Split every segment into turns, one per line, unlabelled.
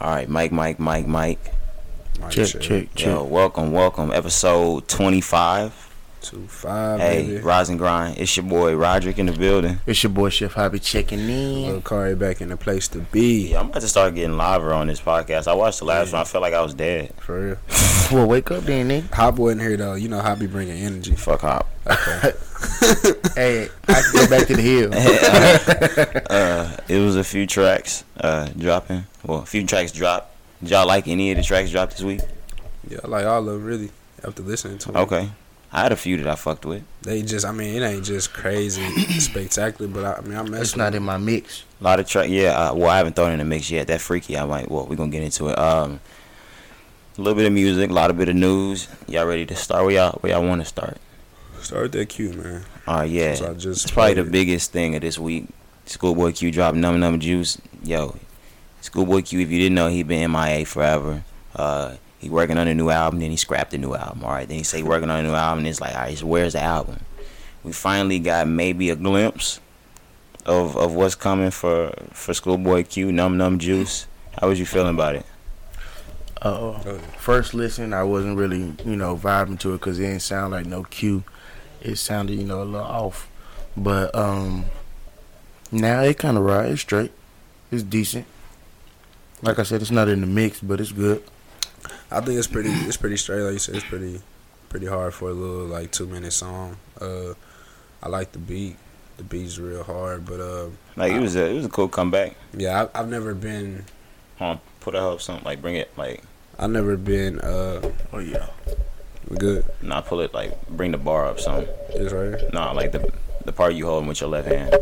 All right, Mike, Mike, Mike, Mike.
Mic
Check, check, check.
Yo, welcome, welcome. Episode 25.
Two five,
Hey,
baby.
Rise and Grind. It's your boy Roderick in the building.
It's your boy Chef Hobby checking in.
Lil Kari back in the place to be.
Yeah, I'm about to start getting liver on this podcast. I watched the last
Yeah.
one. I felt like I was dead.
For real.
Well, wake up then, nigga.
Hop wasn't here though. You know Hop be bringing energy.
Fuck hop.
Hey, I can go back to the hill.
Uh, it was a few tracks uh, dropping. Well, a few tracks dropped. Did y'all like any of the tracks dropped this week?
Yeah, I like all of them really. After listening to 'em.
Okay. I had a few that I fucked with.
They just, I mean, it ain't just crazy spectacular, but I, I mean, I mess
It's
with
not in my mix.
A lot of track, yeah. Uh, well, I haven't thrown in the mix yet. That freaky, I might. Well, we're gonna get into it. Um, a little bit of music, a lot of bit of news. Y'all ready to start? Where y'all, where y'all want to start?
Start that Q, man.
Uh, yeah.
So I just
it's probably the
played.
biggest thing of this week. Schoolboy Q dropped Num Num Juice. Yo, Schoolboy Q, if you didn't know, he been MIA forever. Uh, he working on a new album, then he scrapped the new album. All right, then he say he working on a new album, and it's like, all right, so where's the album? We finally got maybe a glimpse of of what's coming for for Schoolboy Q, Num Num Juice. How was you feeling about it?
Uh,
Oh,
first listen, I wasn't really, you know, vibing to it because it didn't sound like no Q. It sounded, you know, a little off. But um, now it kind of right. It's straight. It's decent. Like I said, it's not in the mix, but it's good.
I think it's pretty, it's pretty straight. Like you said, it's pretty, pretty hard for a little like two minute song. Uh, I like the beat. The beat's real hard, but uh,
Like it was a it was a cool comeback.
yeah, I, I've never been,
Huh? Put up something like bring it like
I've never been. Uh,
Oh yeah.
we good.
nah pull it like bring the bar up something.
It's right here.
No, like the the part you holding with your left hand.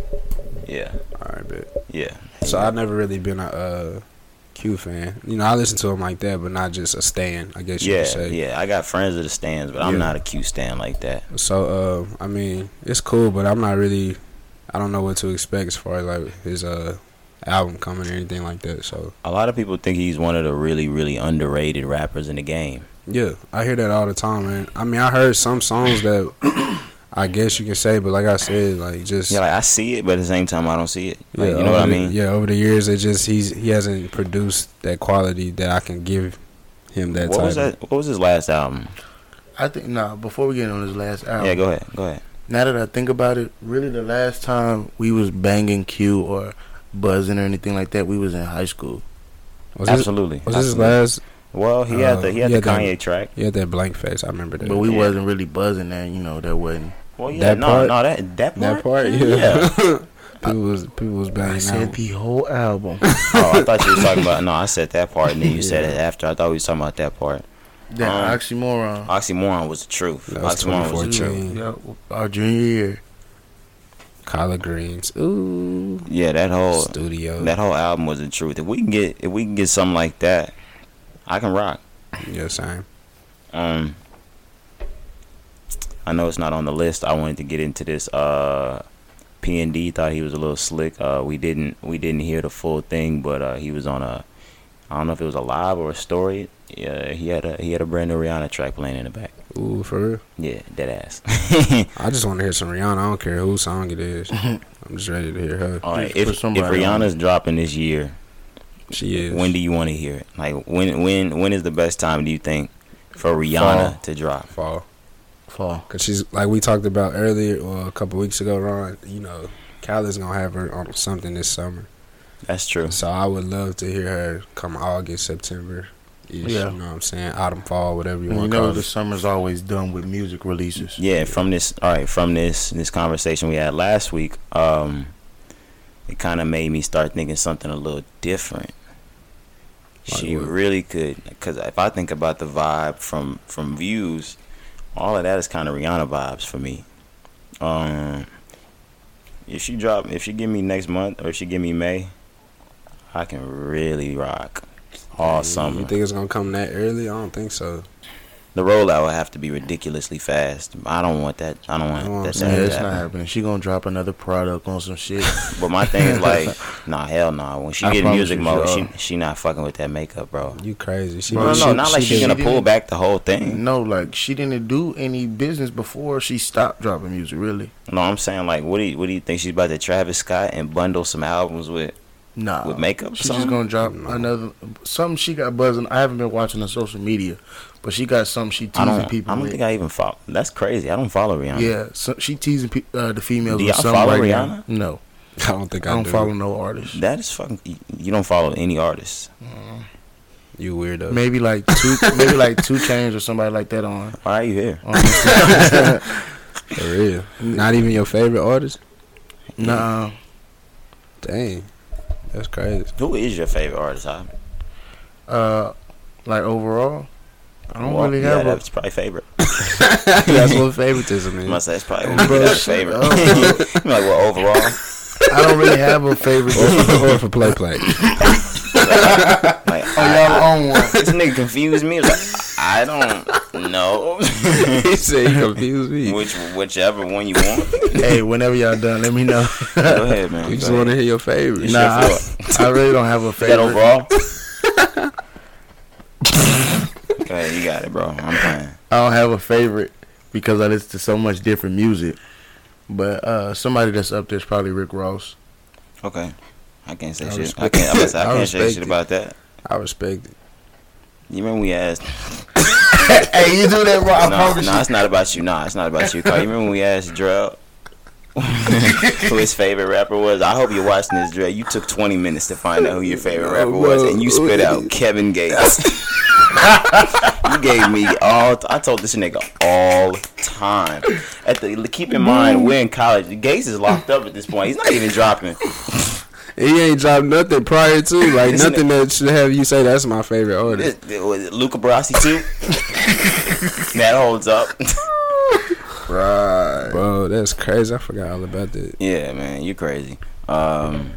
Yeah,
All right, bet.
yeah.
So I've never really been a uh, Q fan. You know, I listen to him like that, but not just a stan. I guess you
Yeah,
could say.
yeah. I got friends of the stands, but
Yeah.
I'm not a Q stand like that.
So uh, I mean, it's cool, but I'm not really. I don't know what to expect as far as like his uh album coming or anything like that. So
A lot of people think he's one of the really, really underrated rappers in the game.
yeah, I hear that all the time, man. I mean, I heard some songs that I guess you can say, but like I said, like just
Yeah, like I see it, but at the same time, I don't see it. Like, you know what I
over the-
mean?
yeah, over the years, it just he's he hasn't produced that quality that I can give him that.
what
type
was
of-
that? What was his last album?
I think nah. Before we get on this last album,
yeah, go ahead, go ahead.
now that I think about it, really the last time we was banging Q or buzzing or anything like that, we was in high school.
Was this,
absolutely.
was this his
absolutely.
last?
Well, he
uh,
had the he had
yeah,
the Kanye
that-
track.
He had that blank face. I remember that.
But we
Yeah.
wasn't really buzzing that, you know, that wasn't.
Well, yeah,
That
no,
part?
no, that that part.
that part, yeah. people was people was
I
banging
said
out.
the whole album.
oh, I thought you were talking about. No, I said that part, and then you said it after. I thought we was talking about that part.
that
Um,
oxymoron.
Oxymoron was the truth.
That was
Oxymoron was the truth.
2014.
Yeah, our junior year.
Collard greens. Ooh.
Yeah, that
Oh,
whole
Studio.
that whole album was the truth. If we can get if we can get something like that, I can rock.
yeah, same.
Um, I know it's not on the list. I wanted to get into this. Uh, P and D thought he was a little slick. Uh, we didn't we didn't hear the full thing, but uh, he was on a I don't know if it was a live or a story. Yeah, he had a he had a brand new Rihanna track playing in the back.
Ooh, for real.
Yeah, dead ass.
I just want to hear some Rihanna. I don't care whose song it is. I'm just ready to hear her.
All right,
Just
if,
put
if
somebody on
Rihanna's dropping this year,
She is.
When do you want to hear it? Like when when when is the best time do you think for Rihanna
Fall.
to drop?
fall?
Fall.
Cause she's like we talked about earlier or a couple weeks ago, Ron. You know, Khaled's gonna have her on something this summer.
That's true.
So I would love to hear her come August, September. Yeah.
Yeah.
You know what I'm saying? Autumn, fall, whatever you
And you
want to
know
call
the
it.
summer's always done with music releases.
Yeah, from this all right, from this this conversation we had last week, um it kind of made me start thinking something a little different.
Like
She
what?
really could cuz if I think about the vibe from from views, all of that is kind of Rihanna vibes for me. Um if she drop if she give me next month or if she give me May, I can really rock all summer.
You think it's gonna come that early? I don't think so.
The rollout will have to be ridiculously fast. I don't want that. I don't want
I want
that.
that.
Yeah,
to
it's
happen.
not happening. She gonna drop another product on some shit.
But my thing is like, nah, hell nah. When she
I
get in
promise
music
you,
mode,
she-
she she not fucking with that makeup, bro.
You crazy? She,
No, no,
Bro,
she-
no, not
she
like she's
did-
gonna
she
pull
did.
back the whole thing.
no, like she didn't do any business before she stopped dropping music. Really,
No, I'm saying like, what do you, what do you think she's about to Travis Scott and bundle some albums with
Nah.
with makeup.
She's
song?
just gonna drop
No.
another something she got buzzing. I haven't been watching her social media, but she got something she
I
teasing
don't.
people
I don't
with.
think I even follow. That's crazy. I don't follow Rihanna.
yeah, so she teasing pe- uh, the females
Do
with
y'all
something
follow
right now.
Rihanna?
No,
I don't think
I
I,
don't
do.
follow no artist.
That is fucking. you- You don't follow any artist.
You weirdo.
Maybe like two, maybe like two chains or somebody like that on.
Why are you here?
on Instagram.
For real. Not even your favorite artist?
nah,
Dang. That's crazy.
Who is your favorite artist? Huh?
uh, like overall, I don't
Well,
really
yeah,
have
that's probably favorite.
That's what favoritism
I
is.
must say, that's probably
Bro,
that's
shut
favorite.
up.
I'm like, well, overall,
a. I don't really have a favorite.
or, or for play play.
like,
oh,
I-
y'all own one.
this nigga confused me. Like, I don't know
he said he confused me. We
which whichever one you want.
Hey, whenever y'all done, let me know.
Go ahead, man.
just
Go
want to
ahead.
hear your favorite.
It's your
Nah,
floor.
I really don't have a
that
favorite.
overall. Go ahead, you got it, bro. I'm playing.
I don't have a favorite because I listen to so much different music. But uh, somebody that's up there is probably Rick Ross.
Okay. I can't say
I
shit. I
respect-
can't. I, must, I,
I
can't say
respect
shit
it.
about that.
I respect it.
You remember we asked?
hey, you do that, bro. I
no,
promise
no, it's not about you. No, it's not about you. Carl. You remember when we asked Drell who his favorite rapper was? I hope you're watching this, Drell. You took 20 minutes to find out who your favorite rapper was, and you spit out Kevin Gates. you gave me all. I told this nigga all time. At the keep in mind, we're in college. Gates is locked up at this point. He's not even dropping.
He ain't dropped nothing prior to, like
Isn't
nothing that should have you say that's my favorite artist.
Luca Brasi too. that holds up.
you. Right.
Bro, that's crazy. I forgot all about that.
yeah, man, you crazy. Um,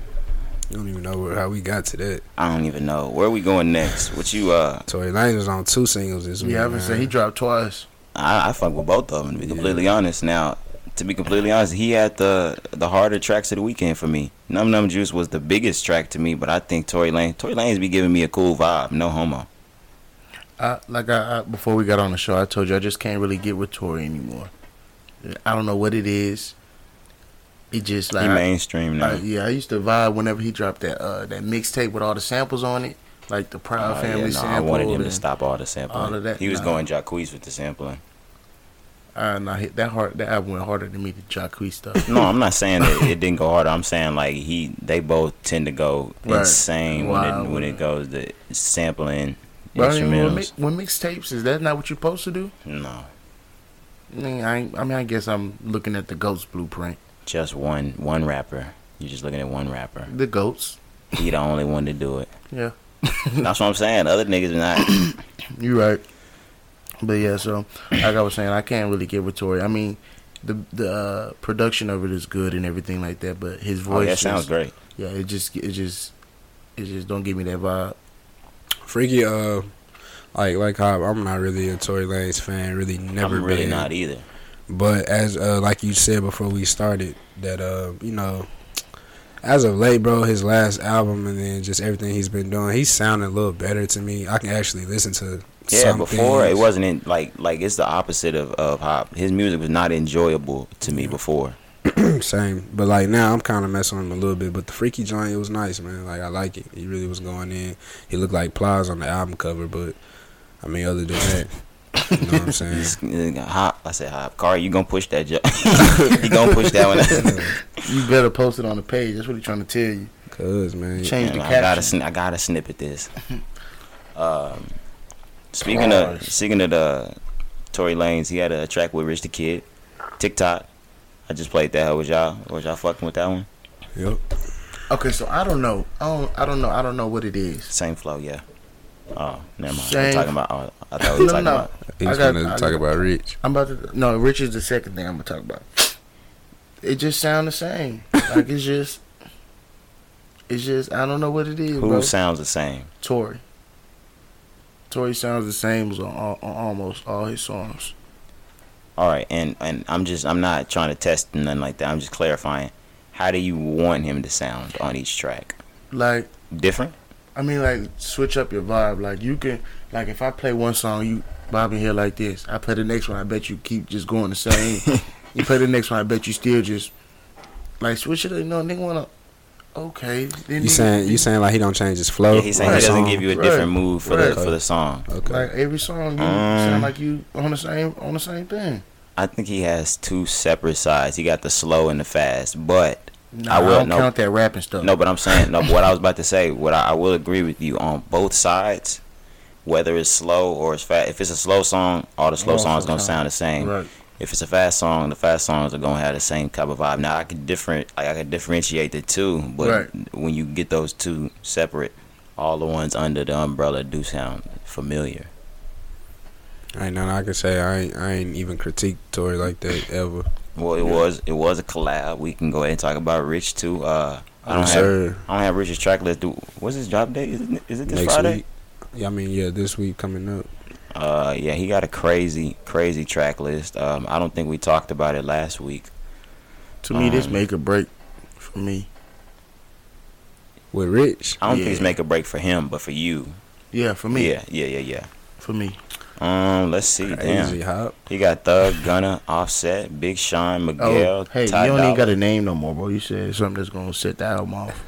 You don't even know where, how we got to that.
I don't even know where we going next. What you uh,
Tory Lanez was on two singles this week.
We haven't
man.
said he dropped twice.
I, I fuck with both of them to be completely honest. Now, to be completely honest, he had the the harder tracks of the weekend for me. Num Num Juice was the biggest track to me, but I think Tory Lane Tory Lane's be giving me a cool vibe. No homo.
I, like I, I before we got on the show, I told you I just can't really get with Tory anymore. I don't know what it is. It just
He
like
mainstream now.
I- yeah, I used to vibe whenever he dropped that uh, that mixtape with all the samples on it, like the
Oh,
Proud
yeah,
Family
no, I
sample.
wanted him to
and-
stop all the sampling.
all of that,
he was
nah.
going Jacquees with the sampling.
Uh, nah, hit that hard. That album went harder than me to Jacquees stuff.
No, I'm not saying that it didn't go harder. I'm saying like he, they both tend to go
Right.
insane when
Wild.
it when it goes to sampling
But I mean, with,
instrumentals.
mi- with mixtapes, is that not what you're supposed to do?
No,
I mean, I, ain't- I mean, I guess I'm looking at the goats blueprint.
just one one rapper. You're just looking at one rapper.
The goats.
He the only one to do it.
Yeah,
That's what I'm saying. Other niggas not.
you're right. But yeah, so like I was saying, I can't really get with Tory. I mean, the the uh, production of it is good and everything like that, but his
Oh,
voice.
that sounds
just-
great.
Yeah, it just it just it just don't give me that vibe.
Freaky, uh, like like how I'm not really a Tory Lanez fan. Really, never
I'm really
been.
not either.
But as uh, like you said before we started, that uh, you know, as of late, bro, his last album and then just everything he's been doing, he's sounding a little better to me. I can actually listen to.
Yeah,
some
before
things.
it wasn't in, like like it's the opposite of of hop. His music was not enjoyable to me before.
same. But like now, I'm kind of messing with him a little bit. But the freaky joint, it was nice, man. Like I like it. He really was going in. He looked like Plies on the album cover, but I mean, other than that, you know what I'm saying.
This- Hop, I said hop. Car, you gonna push that? Ju- you gonna push that one? out.
You better post it on the page. That's what he's trying to tell you.
Cause man,
Change the
Damn, I gotta,
caption.
sn- I gotta snippet this. Um, speaking of
Bars.
speaking of the Tory Lanez, he had a track with Rich the Kid, TikTok. I just played that. Was y'all was y'all fucking with that one?
Yep.
Okay, so I don't know. I don't. I don't know. I don't know what it is.
Same flow, yeah. Oh, never mind. We're
Same.
talking about. Oh, I thought we were
No,
talking
no.
about.
He's
I got-
gonna
I
talk
got-
about Rich.
I'm about to. No, Rich is the second thing I'm gonna talk about. It just sound the same. Like it's just. It's just I don't know what it is,
Who
bro.
sounds the same?
Tory. Tory sounds the same as on, all- on almost all his songs.
All right, and and I'm just I'm not trying to test and nothing like that. I'm just clarifying. How do you want him to sound on each track?
Like
Different.
I mean, like switch up your vibe. Like you can, like if I play one song, you bobbing here like this. I play the next one. I bet you keep just going the same. you play the next one. I bet you still just like switch it. up, You know, nigga wanna okay. Then
You saying you saying like he don't change his flow?
yeah, he's saying
right.
he doesn't
Song?
give you a
Right,
different move for the
right.
for the song.
Okay.
like every song you
Um,
sound like you on the same on the same thing.
I think he has two separate sides. He got the slow and the fast, but
No,
I
I,
will-
don't
no.
count that rapping stuff.
No, but I'm saying no. but what I was about to say, what I, I will agree with you on both sides, whether it's slow or it's fast. If it's a slow song, all the slow
All
songs gonna
sound-
sound the same.
right.
If it's a fast song, the fast songs are gonna have the same type of vibe. Now I could different, like I could differentiate the two, but when you get those two separate, all the ones under the umbrella do sound familiar.
Ain't nothing I can say. I ain't I ain't even critique Tory like that ever.
Well, it was it was a collab. We can go ahead and talk about Rich too. Uh, I don't
Yes,
have
sir.
I don't have Rich's track list. Do what's his job date? Is it, is it this
Next
Friday?
week. Yeah, I mean, yeah, this week coming up.
Uh, yeah, he got a crazy, crazy track list. Um, I don't think we talked about it last week.
To me, this
Um,
make or break for me.
With Rich.
I don't think
Yeah.
it's make a break for him, but for you,
Yeah, for me.
yeah, yeah, yeah,
For me.
yeah. Um, let's see.
Easy
Damn,
hop.
he got Thug, Gunna, Offset, Big Sean,
Oh,
Miguel,
hey, you
Ty
don't even
Dolla.
got a name no more, bro. You said something that's gonna set the album off.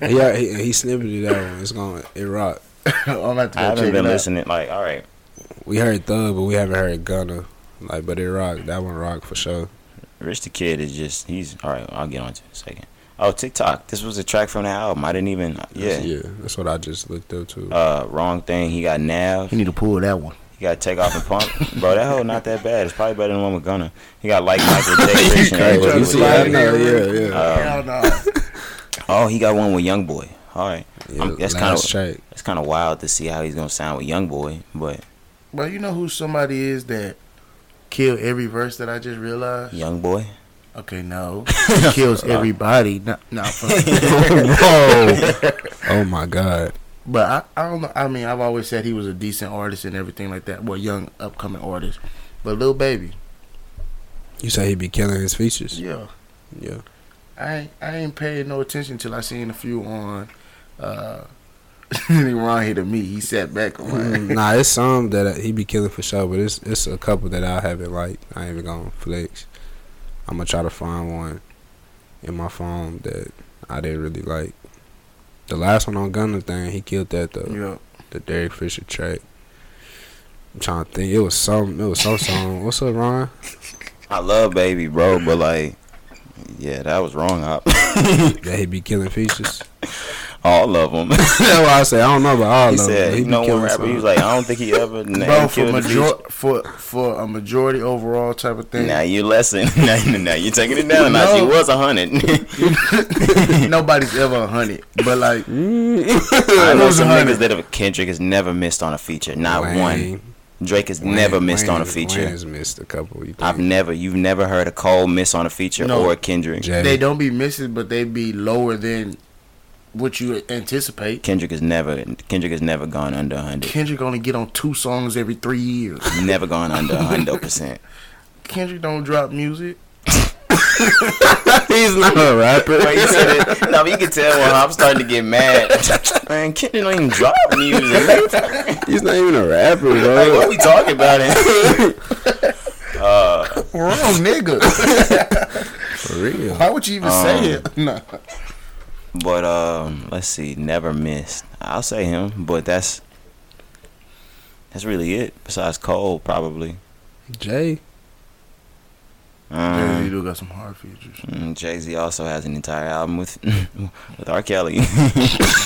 Yeah, he, he snipped it out. one. It's going to it rock.
I'm gonna have to
I
go
haven't
check
been
it out.
listening. Like, all right,
We heard Thug, but we haven't heard Gunna. Like, but it rock. That one rock for sure.
Rich the Kid is just he's all right. I'll get on to it in a second. Oh, TikTok. This was a track from the album. I didn't even. Yeah.
yeah. That's what I just looked up to.
Uh, wrong thing. He got Nav.
You need to pull that one.
He got take off and pump, bro. That hoe not that bad. It's probably better than one with Gunna. He got like Michael J. Rich and
Hey,
Angel
what you
Reese.
see? I know, yeah, yeah.
Um,
Hell no.
Oh, he got one with Young Boy. All right,
yeah
I'm- that's
last track.
it's kind of wild to see how he's gonna sound with Young Boy, but
Bro, you know who somebody is that killed every verse that I just realized?
Young Boy.
Okay, no. kills everybody. No, no fuck.
Oh my God.
But I, I don't know. I mean, I've always said he was a decent artist and everything like that. Well, young upcoming artist. But Lil Baby,
You say he be killing his features?
yeah,
Yeah.
I ain't- I ain't paid no attention till I seen a few on. uh Ron hit me. He sat back. I'm like,
Mm, nah, it's some that he be killing for sure, but it's it's a couple that I haven't like. I ain't even gonna flex. I'm gonna try to find one in my phone that I didn't really like. The last one on Gunner thing, he killed that though.
Yeah.
The Derek Fisher track. I'm trying to think. It was some. It was some song. What's up, Ron?
I love Baby, bro, but like, yeah, that was wrong. Hop.
That he be killing features.
All of them.
That's why I say I don't know about all
he
of them. but
said,
he
you
be
know, one
killing
rapper. He
songs.
was like, I don't think he ever
Bro,
named
for
killed major-
major for for a majority overall type of thing.
Now you lesson. now, you- now you taking it down. Now she
No.
was a hundred.
Nobody's ever a hundred, but like
Mm.
I know
Who's
some
a hundred?
niggas that have Kendrick has never missed on a feature. Not one.
Wayne-
Drake has
Wayne-
never missed
Wayne-
on a feature.
Wayne's missed a couple. You
I've
think?
never, you've never heard a Cole miss on a feature
No.
or a Kendrick.
Jay.
they don't be missing, but they be lower than what you anticipate.
Kendrick has never, Kendrick has never gone under 100.
Kendrick only get on two songs every three years.
never gone under 100. percent
Kendrick don't drop music.
He's not a rapper.
But you said it. No, but you can tell when I'm starting to get mad. Man, Kendrick don't even drop music.
He's not even a rapper,
Like, what
bro.
we talking about? It. uh,
Wrong nigga.
For real.
Why would you even say it? No.
but um, let's see. Never missed. I'll say him, but that's that's really it. Besides Cole, probably.
Jay.
Um,
do got some hard features.
Jay Z also has an entire album with with R. Kelly.
So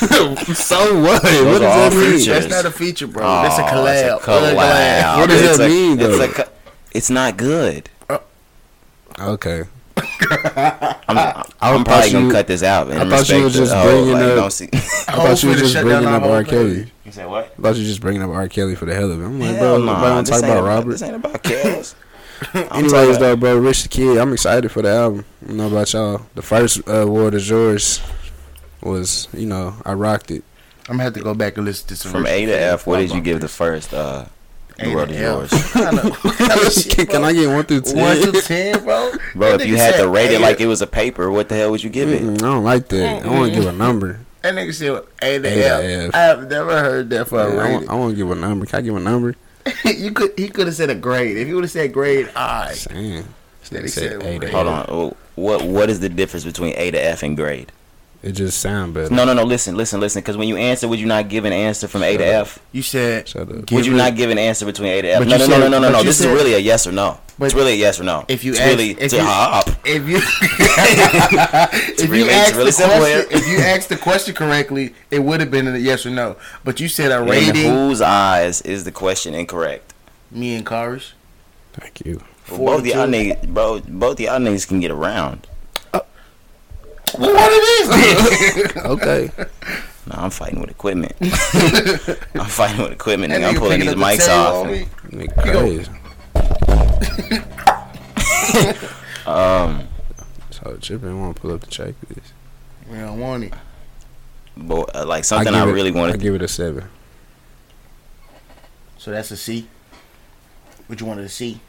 what?
Those
What does
are all
that mean?
features.
That's not a feature, bro. That's a
Oh,
collab.
It's a collab.
Collab.
What does
It's
that
a-
mean,
It's,
though?
a co- it's not good.
Okay.
I'm,
I
I'm
thought
probably gonna
you-
cut this out. In
I thought
respect
you were
to
just
the whole,
bringing
like,
up-
don't see-
I thought you were
Hopefully to
just
shut
bringing
down
up
our
R.
whole
Kelly.
you said what?
I thought you were just bringing up R. Kelly for the hell of it. I'm like,
Hell
bro,
nah,
bro, I'm
this
talking
ain't
about
This
Robert.
ain't about Kells. I'm talking
Anyways,
about-
though, bro, Rich the Kid, I'm excited for the album. I don't know about y'all. The first uh, Award is yours was, you know, I rocked it.
I'm gonna have to go back and listen to some
from
Rich
A to
Kid.
F. What did you
Fuck
give the first? Uh,
A
the world
to
is
F.
yours,
Can I get one through ten?
One to ten, bro.
bro.
That
If you
nigga
had to
said
rate it
A
like it was a paper, what the hell would you give it?
Mm-mm, Mm, I don't like that. I want to give a number.
That nigga said A to
A to
F.
F.
I have never heard that for
Yeah,
a
I
rating.
want, I want to give a number. Can I give a number?
you could he could have said a grade. If he would have said grade I,
Damn.
Then he
Said
said
eight.
rated.
Hold on. Oh, what what is the difference between A to F and grade?
It just sound better.
No, no, no. Listen, listen, listen. Because when you answer, would you not give an answer from A to
Shut up.
F?
You said
Shut up.
give
would you
it-
not give an answer between A to F?
But
No,
you
no, no,
said-
no, no, no,
but
no.
you
This is
said-
really a yes or no.
but-
it's really a yes or no.
if you
it's
ask-
really
if
to
you-
hop.
if you if
really-
you
it's
asked
really
the
simple here.
question if you asked the question correctly, it would have been a yes or no. But you said a
In
rating.
whose eyes is the question incorrect?
Me and Cars.
Thank you.
Well, both y'all
42.
niggas, bro, both y'all niggas can get around.
Uh, What it is?
Okay.
No, I'm fighting with equipment. I'm fighting with equipment.
That
Nigga. I'm
nigga
pulling these
picking up the
mics
tail
off.
on me.
Nigga crazy.
Um,
So Chippin want to pull up the check list.
We don't want it.
but uh, like something
give
I,
it-
really
I
wanted.
give it a seven.
So that's a C. What you wanted to see?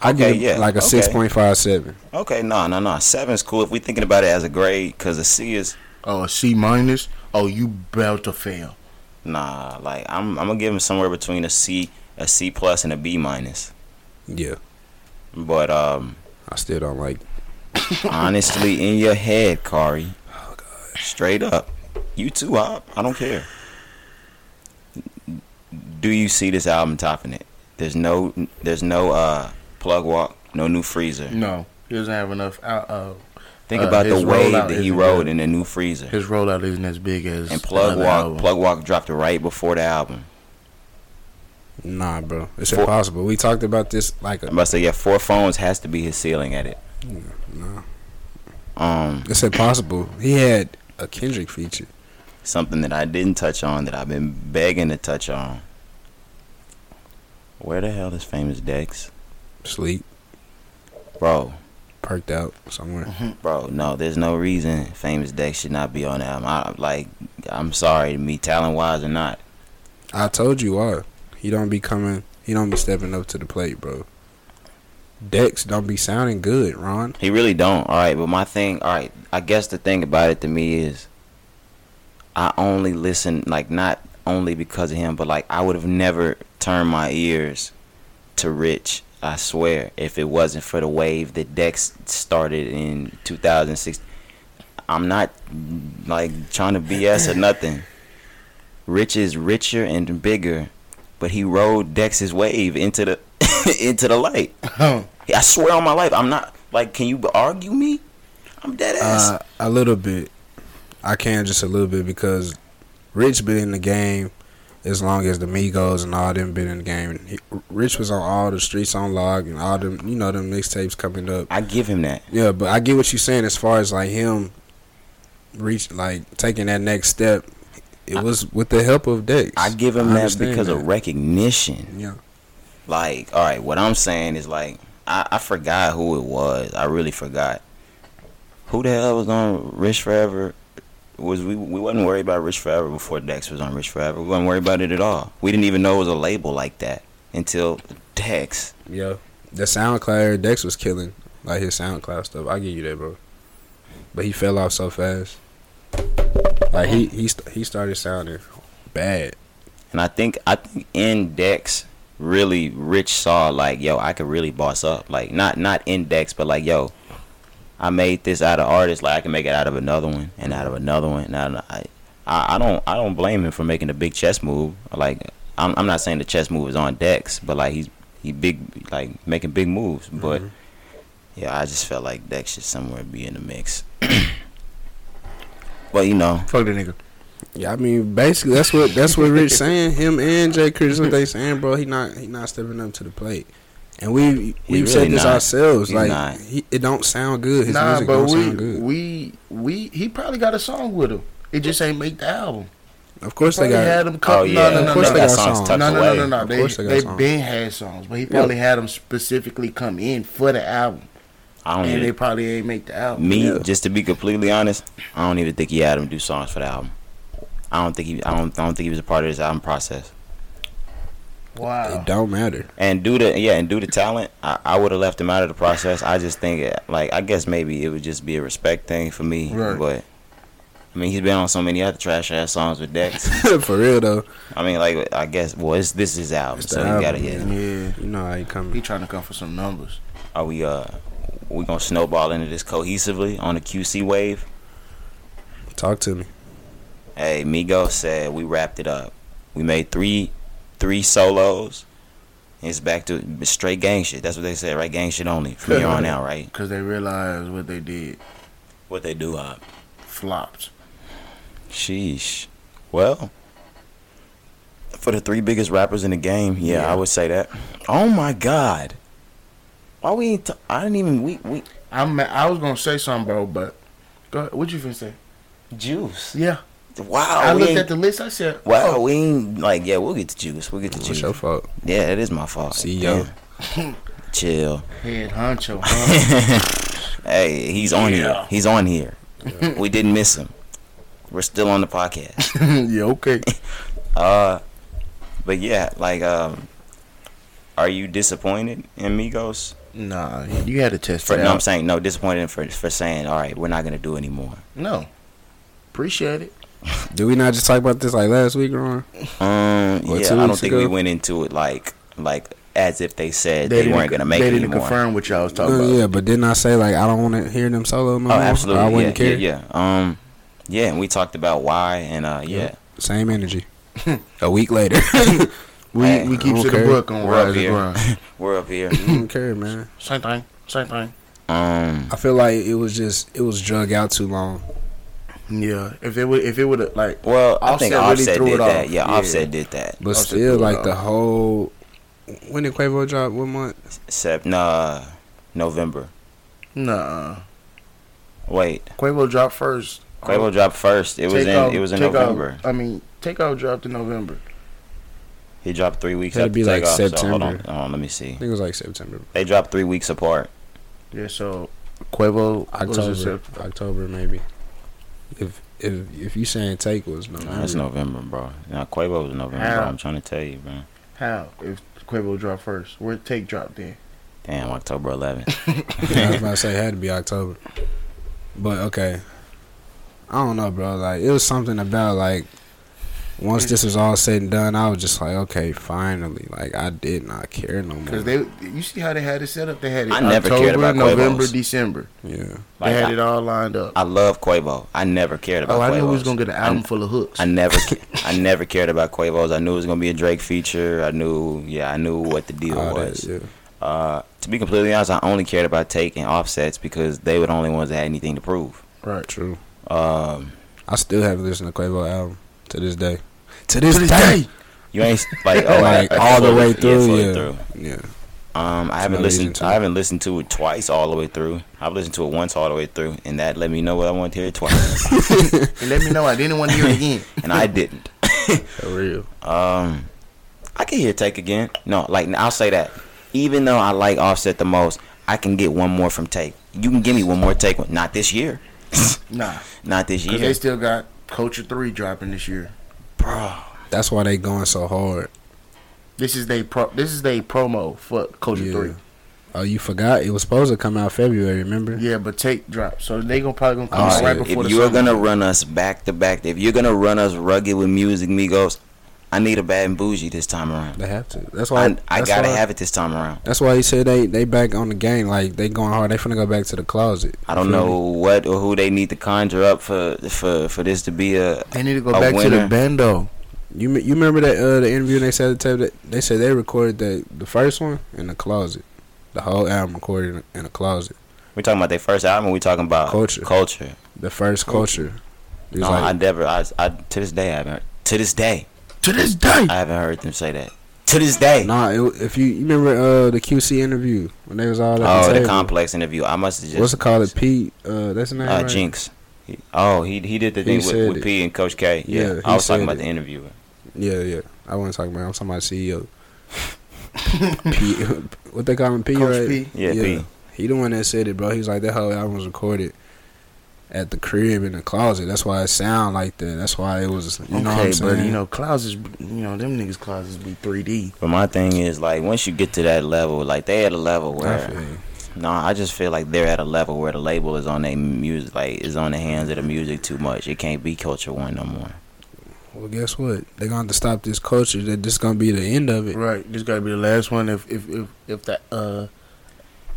I
Okay,
give it
yeah,
like a
okay.
six point five seven.
Okay, no, no, no. Seven's cool if we thinking about it as a grade, cause a C is
Oh, a C minus. Oh, you about to fail.
nah. Like I'm, I'm gonna give him somewhere between a C, a C plus, and a B minus.
Yeah,
But um,
I still don't like. it.
honestly, in your head, Kari, straight up, you too hop. I don't care. Do you see this album topping it? There's no, there's no uh plug walk, no new freezer.
No, he doesn't have enough. Uh, uh,
Think
Uh,
about the
his
wave
rollout
that he
isn't
rode
good.
in the new freezer.
his rollout isn't as big as
and plug
another
walk,
album.
plug walk dropped it right before the album.
Nah, bro, it's
Four-
impossible. We talked about this like
I'm
a
about to say yeah, four phones has to be his ceiling at it.
no.
Um,
It's impossible. He had a Kendrick feature.
something that I didn't touch on that I've been begging to touch on. Where the hell is famous Dex,
Sleep,
bro?
perked out somewhere.
Bro, no, there's no reason famous Dex should not be on the album. I, like, I'm sorry, me talent wise or not.
I told you why. He don't be coming. He don't be stepping up to the plate, bro. Dex don't be sounding good, Ron.
He really don't. All right, but my thing, all right, I guess the thing about it to me is I only listen like not only because of him, but like I would have never turned my ears to Rich, I swear, if it wasn't for the wave that Dex started in 2006. I'm not like trying to BS or nothing. Rich is richer and bigger, but he rode Dex's wave into the into the light. I swear on my life, I'm not like. Can you argue me? I'm dead ass.
Uh, a little bit. I can just a little bit because Rich been in the game as long as the Migos and all them been in the game. He, Rich was on all the streets on log and all them, you know, them mixtapes coming up.
I give him that.
Yeah, but I get what you're saying as far as like him reach like taking that next step. It was with the help of Dex.
I give him
I
that
understand
because
that.
of recognition.
yeah.
Like, all right, what I'm saying is like, I, I forgot who it was. I really forgot. Who the hell was on Rich Forever? Was we we wasn't worried about Rich Forever before Dex was on Rich Forever. We wasn't worried about it at all. We didn't even know it was a label like that until Dex.
Yeah. The SoundCloud Dex was killing like his SoundCloud stuff. I give you that, bro. But he fell off so fast. Like he he st- he started sounding bad.
And I think I think Index really Rich saw like, yo, I could really boss up. Like not not Index, but like, yo, I made this out of artists. Like I can make it out of another one and out of another one. And out of- I, I I don't I don't blame him for making a big chess move. Like I'm I'm not saying the chess move is on Dex, but like he's he big like making big moves. But yeah, I just felt like Dex should somewhere be in the mix. but you know,
Fuck the nigga.
Yeah, I mean basically that's what that's what Rich saying. Him and Jay Chris what they saying, bro. He not he not stepping up to the plate. And we we've
really
said this
not.
ourselves.
He
like
not.
he, it don't sound good. His
Nah,
music
but
don't sound
we
good.
we we he probably got a song with him. It just ain't make the album.
of course they
Probably
got
had him.
oh
Couple,
yeah,
no, no, no,
of course
no,
they
that
got
song's
songs.
tucked
no, no,
away.
no, no, no.
Of
They,
course they got
they
songs.
been had songs, but he probably had them specifically come in for the album,
I don't
and
even-
they probably ain't make the album.
Oh, Me,
Yeah.
just to be completely honest, I don't even think he had him do songs for the album. I don't think he. I don't. I don't think he was a part of this album process.
Wow.
it don't matter.
And due to yeah, and due to talent, I, I would have left him out of the process. I just think it- like I guess maybe it would just be a respect thing for me.
Right.
But I mean, he's been on so many other trash ass songs with Dex.
For real though.
I mean, like I guess well, it's this is his album,
It's
so
the
you gotta
album,
get.
Yeah,
You know how he coming.
he trying to come for some numbers.
Are we uh? we gonna snowball into this cohesively on the QC wave.
Talk to me.
Hey, Migo said we wrapped it up. We made three three solos. It's back to straight gang shit. That's what they said, right? Gang shit only from here on out, right?
Because they realized what they did
What they do up.
flopped.
Sheesh. Well, for the three biggest rappers in the game, yeah,
Yeah.
I would say that. Oh my God. Why we ain't? T- I didn't even we we
I'm. I was gonna say something, bro, but go ahead. what you finna say?
juice.
Yeah,
Wow.
I
we
looked
ain't-
at the list. I said,
Wow,
"Oh,
we ain't like yeah. We'll get the juice. We'll get the juice.
It's your fault.
Yeah, it is my fault.
CEO.
Damn. Chill.
head honcho." Huh?
hey, he's on here.
Yeah.
He's on here. We didn't miss him. We're still on the podcast.
yeah, okay.
Uh, but yeah, like, um, are you disappointed in Migos?
Nah, you had to test
For
it
no, I'm
out.
saying no. Disappointed in- for for saying, all right, we're not gonna do anymore.
No, appreciate it.
Did we not just talk about this like last week, Ron?
Um,
What,
yeah,
two
I don't
weeks
think
ago?
we went into it like like as if they said they,
didn't-
weren't gonna make
They
it
didn't
anymore.
confirm what y'all was talking
No,
about.
yeah, but didn't I say like I don't want to hear them solo no
Oh,
more?
absolutely.
I wouldn't
yeah,
care.
Yeah, yeah. Um, yeah, and we talked about why, and uh, yeah,
Same energy. A week later,
We
Hey,
we keep
I
to
don't
the
care.
book on
We're up
rise and
here.
grind.
we're up here.
I don't care, man.
Same thing. Same thing.
Um,
I feel like it was just it was drug out too long.
Yeah. If it would, if it would have like,
well, I
Offset
think
really
Offset
threw
did
it off.
that. Yeah,
Yeah.
Offset did that.
But
Oh, shit,
still,
dude,
like
uh,
the whole when did Quavo drop? What month?
Except nah, November.
nah.
Wait,
Quavo dropped first.
Quavo dropped first. It was in.
Takeoff-
it was in
Takeoff-
November.
I mean, Takeoff dropped in November.
He dropped three weeks.
That'd
after
be like
takeoff, So hold, on,
September.
hold on, let me
I
see.
think it was like September,
They dropped three weeks apart.
Yeah. So Quavo was in
October,
Sep-
October maybe. If if if you saying take was no,
Nah, that's November, bro. Now Quavo was in November.
How?
Bro. I'm trying to tell you, bro.
How if Quavo dropped first? Where Take dropped then?
Damn, October 11th.
Yeah, I was about to say it had to be October. But okay. I don't know, bro. Like it was something about like once this was all said and done, I was just like, okay, finally. Like I did not care no more.
Because they, you see how they had it set up. They had it
I never cared
October,
about
November,
Quavos.
December.
yeah.
Like,
they had
I,
it all lined up.
I love Quavo. I never cared about.
oh, I
Quavo's.
knew we was gonna get an album
I-
full of hooks.
I never, ca- I never cared about Quavo's. I knew it was gonna be a Drake feature. I knew, yeah, I knew what the deal
All that,
was.
yeah.
Uh, to be completely honest, I only cared about Take and Offsets because they were the only ones that had anything to prove.
right.
True.
Um,
I still haven't listened to Quavo album to this day. To this,
this
day.
day.
you ain't like oh,
Like,
I- I
all the
fully-
way through,
fully
yeah. Yeah.
Um, I
no
haven't
reason
listened.
to.
I haven't listened to it twice all the way through. I've listened to it once all the way through, and that let me know what I want to hear twice,
And let me know I didn't want to hear it again.
and I didn't.
For real.
Um, I can hear Take again. No, like I'll say that. Even though I like Offset the most, I can get one more from Take. You can give me one more Take. one- Not this year.
Nah,
Not this
because
year,
they still got Culture Three dropping this year.
bro.
That's why they going so hard.
This is they pro. This is they promo for Culture
Yeah.
Three.
Oh, you forgot it was supposed to come out February, remember?
Yeah, but Take dropped, so they gonna probably gonna come
Oh,
out right
yeah.
before
if
the
you are
summer.
gonna run us back to back, if you're gonna run us rugged with music, Migos, I need a bad and bougie this time around.
They have to. That's
I,
why
I
that's
gotta
why-
have it this time around.
That's why he said they they back on the game. Like they going hard. They finna go back to the closet.
I don't
Feel
know
me?
what or who they need to conjure up for for for this to be a.
They need to go
a
back to
winner.
the bando.
You me- you remember that uh, the interview they said the tape that they said they recorded the the first one in the closet. The whole album recorded in a closet.
We're talking about their first album. We're talking about
Culture.
Culture.
The first culture. It was
No, Oh. I
like,
never. I, I to this day I haven't. To this day
To this day,
I haven't heard them say that. To this day.
nah, it, if you, you remember uh, the QC interview when they was all at
oh,
the,
the
table.
complex interview. I must have just.
What's it called? It Pete. Uh, that's the name.
Uh,
right?
Jinx. He- Oh, he he did the
He
thing with,
said
with
it.
P and Coach K. Yeah,
Yeah, he
I was
said
talking about
it.
the interviewer.
Yeah, yeah. I wasn't talking about. Him. I'm talking about CEO. P, what they call him? P. right?
Coach P.
Yeah, P.
He the one that said it, bro. He was like that whole album was recorded at the crib in the closet. That's why it sound like that. That's why it was. You know what
okay,
I'm saying?
but you know, closets, you know, them niggas closets be 3D.
But my thing is like once you get to that level, like they at a level
I
where
feel you.
no, I just feel like they're at a level where the label is on their music, like is on the hands of the music too much. It can't be Culture One no more.
well, guess what? They're gonna have to stop this culture. That this gonna be the end of it.
Right, this gotta be the last one. If if if if that uh,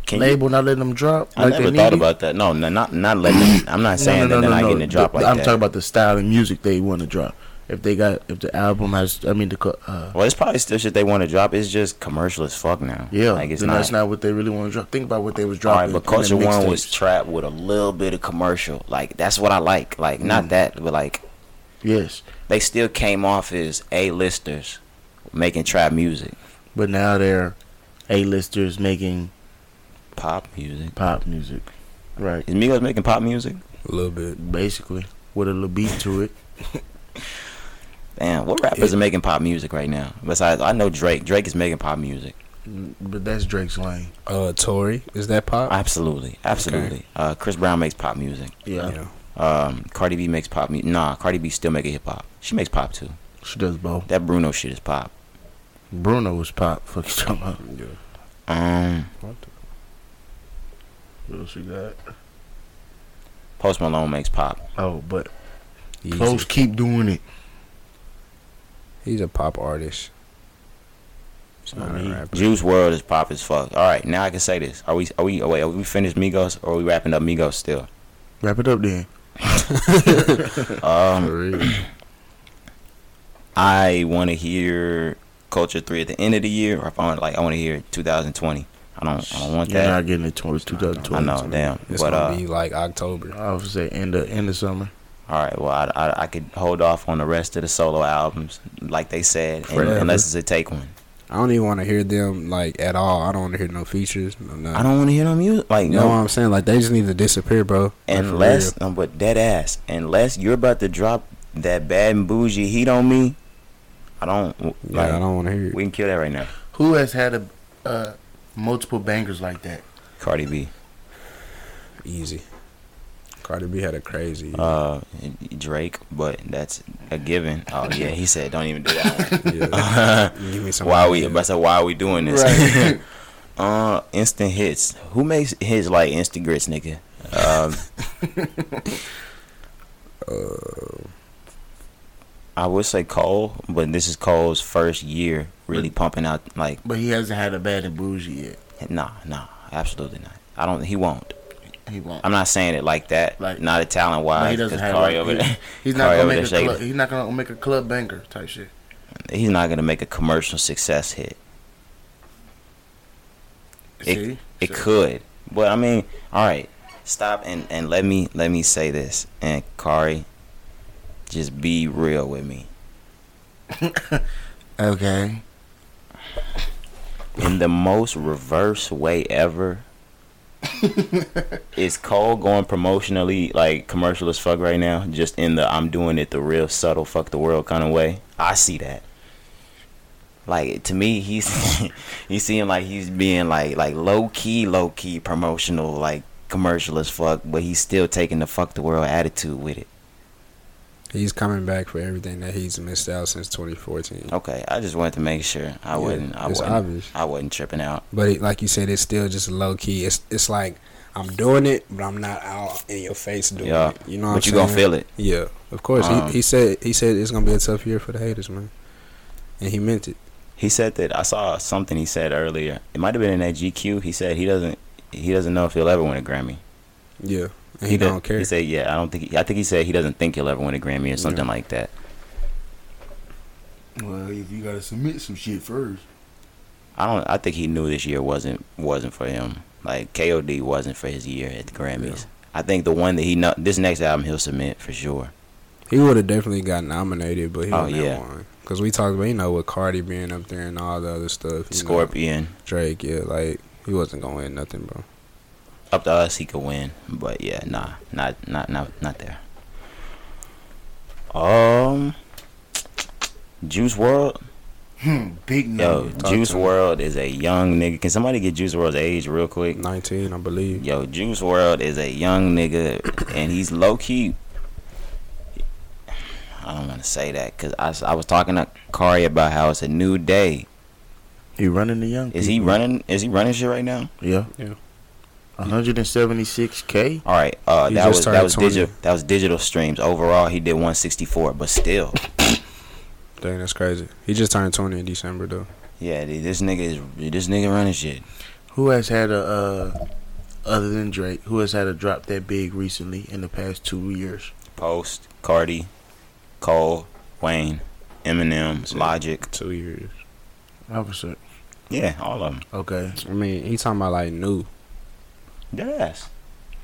Can you,
label not letting them drop.
I
like they
never
need
thought
you?
about that. No, no not not letting. I'm not saying that they're not getting a drop
The-
like
I'm
that.
talking about the style and music they want to drop. If they got, if the album has, I mean, the co- uh,
well, it's probably still shit they want to drop. It's just commercial as fuck now.
yeah,
like it's
then
not.
that's not what they really want to drop. Think about what they was
all
dropping.
right, but
in the
Culture One was
mixtapes.
trap with a little bit of commercial. Like that's what I like. Like
Mm.
not that, but like
yes,
they still came off as a listers making trap music,
but now they're A-listers making
pop music.
pop music, right?
Is Migos making pop music?
A little bit.
Basically, with a little beat to it.
Damn, what rappers
It-
are making pop music right now? Besides, I know Drake. Drake is making pop music.
But that's Drake's lane.
Uh, Tory, is that pop?
Absolutely, absolutely. Uh, Chris Brown makes pop music.
Yeah,
yeah.
Um, Cardi B makes pop music. Nah, Cardi B still making hip hop. She makes pop too.
she does both.
That Bruno shit is pop.
Bruno was pop. Fuck you talking about?
yeah.
Um,
What else we got?
Post Malone makes pop.
Oh, but
Yeezy.
Post keep doing it.
He's a pop artist. He's
I
not
mean,
a rapper.
Juice World is pop as fuck. All right, now I can say this. Are we? Are we? Oh wait, are we finished Migos or are we wrapping up Migos still?
Wrap it up then.
Um,
For real.
I want to hear Culture Three at the end of the year, or if I want like I want to hear 2020. I don't. I don't want
You're
that.
not getting it towards 2020.
I know, damn.
It's
But
gonna
uh,
be like October.
I would say end of end of summer.
all right. Well, I, I I could hold off on the rest of the solo albums, like they said, and,
Forever.
unless it's a take one.
I don't even want to hear them like at all. I don't want to hear no features. No, nothing.
I don't want to hear no music. Like
You know what
no,
I'm saying? Like they just need to disappear, bro. Like, for
unless um, but dead ass. Unless you're about to drop that bad and bougie heat on me, I don't.
real.
Like,
yeah, I don't want to hear. It.
We can kill that right now.
Who has had a uh, multiple bangers like that?
Cardi B.
Easy. Cardi B had a crazy.
Uh, Drake, but that's a given. Oh yeah, he said don't even do that.
yeah.
One.
Give me some.
why we? But I said why are we doing this?
Right.
uh, instant hits. Who makes hits like instant grits, nigga? Um, uh, I would say Cole, but this is Cole's first year really pumping out. Like
But he hasn't had a bad and bougie yet.
nah, nah, absolutely not. I don't. He won't.
He won't.
I'm not saying it like that.
Like-
not a talent
But
wise.
he doesn't have
Kari
like,
over
he-
there.
he's not
Kari
gonna
over
make a
there
club,
shaking.
he's not gonna make a club banger type shit.
he's not gonna make a commercial success hit. It-
See?
It
So,
could, but I mean, all right, stop and and let me let me say this and Kari, just be real with me.
Okay.
In the most reverse way ever, is Cole going promotionally like commercial as fuck right now? Just in the I'm doing it the real subtle fuck the world kind of way. I see that. Like to me, he's he seemed like he's being like like low key, low key promotional, like commercial as fuck, but he's still taking the fuck the world attitude with it.
He's coming back for everything that he's missed out since 2014.
Okay, I just wanted to make sure I
Yeah,
wasn't I
it's
wasn't
obvious.
I wasn't tripping out.
But it, like you said, it's still just low key. It's it's like I'm doing it, but I'm not out in your face doing
Yeah.
it. You know what
But
I'm
you gonna
saying?
feel it.
Yeah, of course.
Um,
he, he said he said it's gonna be a tough year for the haters, man, and he meant it.
He said that I saw something he said earlier. It might have been in that GQ. He said he doesn't he doesn't know if he'll ever win a Grammy.
Yeah, and he, don't
did-
care.
He said, "Yeah, I don't think." He, I think he said he doesn't think he'll ever win a Grammy or something like that.
Well, if you gotta submit some shit first.
I don't. I think he knew this year wasn't wasn't for him. Like K.O.D. wasn't for his year at the Grammys. I think the one that he know, this next album he'll submit for sure.
He would have definitely got nominated, but he
Oh,
wouldn't have
yeah.
won. Because we talked about, you know, with Cardi being up there and all the other stuff. you know,
Scorpion
Drake, yeah, like, he wasn't going to win nothing, bro.
up to us, he could win. But yeah, nah, not not not not there. Um, Juice World.
Hmm, big
Yo,
no.
talk
Juice
to him.
World is a young nigga. Can somebody get Juice World's age real quick?
19, I believe.
Yo, Juice World is a young nigga, and he's low key. I don't want to say that because I, s- I was talking to Kari about how it's a new day.
He running the young.
Is he
Mm-hmm.
people.
running? Is he running shit right now?
Yeah.
Yeah.
176k.
All right, uh,
He
that
just
was that
turned
was
20.
digital that was digital streams. Overall, he did 164, but still,
Dang, that's crazy. He just turned 20 in December, though.
yeah, th- this nigga is this nigga running shit.
Who has had a uh, other than Drake? Who has had a drop that big recently in the past two years?
Post, Cardi, Cole, Wayne, Eminem,
Shit.
Logic.
Two years.
I would say
Yeah, all of them.
okay.
I mean, he talking about like new.
Yes.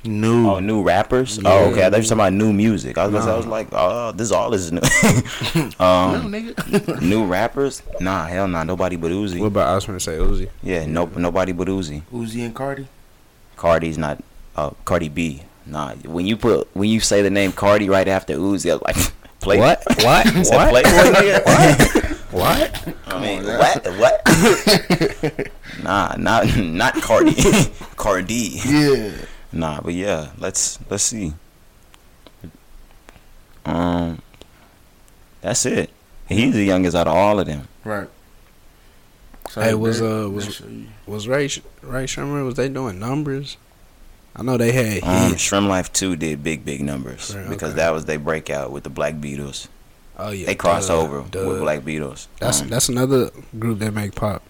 New.
Oh, new rappers.
Yeah.
Oh, okay. I thought you were talking about new music. I was, gonna say, I was
Nah.
like, oh, this all is new. um,
no, nigga.
new rappers? Nah, hell nah. Nobody but Uzi.
What about I was gonna say Uzi?
yeah, no, nobody but Uzi.
Uzi and Cardi.
Cardi's not. Uh, Cardi B. Nah. When you put when you say the name Cardi right after Uzi, I was like, play
What? What?
Is that
What?
Playboy, nigga?
What?
I mean, what? What? nah, not not Cardi. Cardi.
Yeah.
Nah, but yeah, let's let's see. Um, that's it. He's the youngest out of all of them.
Right. So
Hey, was,
that-
uh, was-
that show you-
Was Ray Sh- Ray Sherman? Was they doing numbers? I know they had
Um,
hits.
Shrimp Life Two did big big numbers
Right,
because
okay.
that was their breakout with the Black Beatles.
oh yeah,
they crossed
Doug,
over
Doug.
with Black Beatles.
That's
Um,
that's another group that make pop.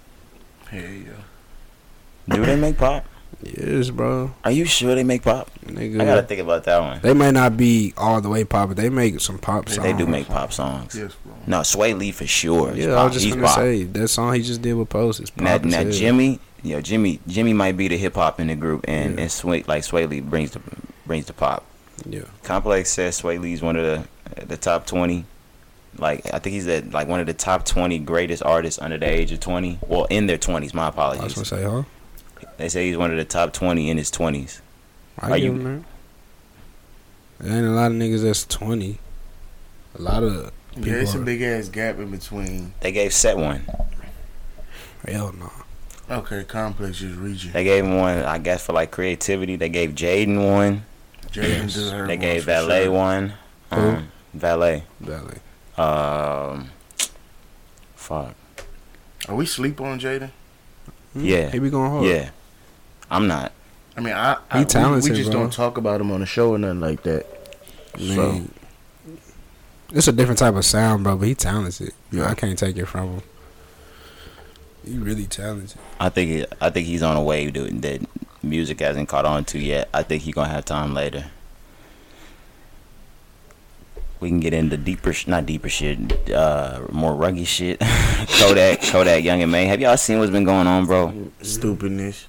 hell yeah.
do they make pop?
Yes, bro,
Are you sure they make pop?
nigga.
I gotta think about that one.
They may not be all the way pop, but they make some pop songs.
They do make pop songs.
Yes, bro.
No, Sway Lee for sure. is
Yeah, I
pop.
was just
He's
gonna
pop.
say that song he just did with Post is pop.
Now,
as
now
hell.
Jimmy, you know, Jimmy, Jimmy might be the hip hop in the group, and
Yeah.
and Sway like Sway Lee brings the brings the pop.
yeah,
Complex says Sway Lee's one of the the top twenty. Like I think he's at like one of the top twenty greatest artists under the age of twenty. Well, in their twenties. My
I was gonna
apologies.
say, huh?
They say he's one of the top twenty in his twenties.
I
Are
give
you-
him that. There ain't a lot of niggas that's twenty. A lot of
yeah, it's a
People are-
big ass gap in between.
They gave Set one.
hell no.
Okay, complex is region.
They gave him one. I guess for like creativity. They gave Jaden one.
Jaden
Yes.
deserved
They
one
gave
for
Valet
sure.
one. Um, Valet.
Valley.
Um, fuck.
Are we sleep on Jaden?
Hmm?
Yeah.
he be going hard.
Yeah, I'm not.
I mean, I,
He
I we-
talented,
we, just
bro.
don't talk about him on the show or nothing like that. So
Man, it's a different type of sound, bro. But he talented.
Yeah.
I can't take it from him. He really talented.
I think it, I think he's on a wave dude, that music hasn't caught on to yet. I think he's gonna have time later. We can get into deeper, sh- not deeper shit, uh, more ruggy shit. Kodak, Kodak, Young and May. Have y'all seen what's been going on, bro?
stupidness.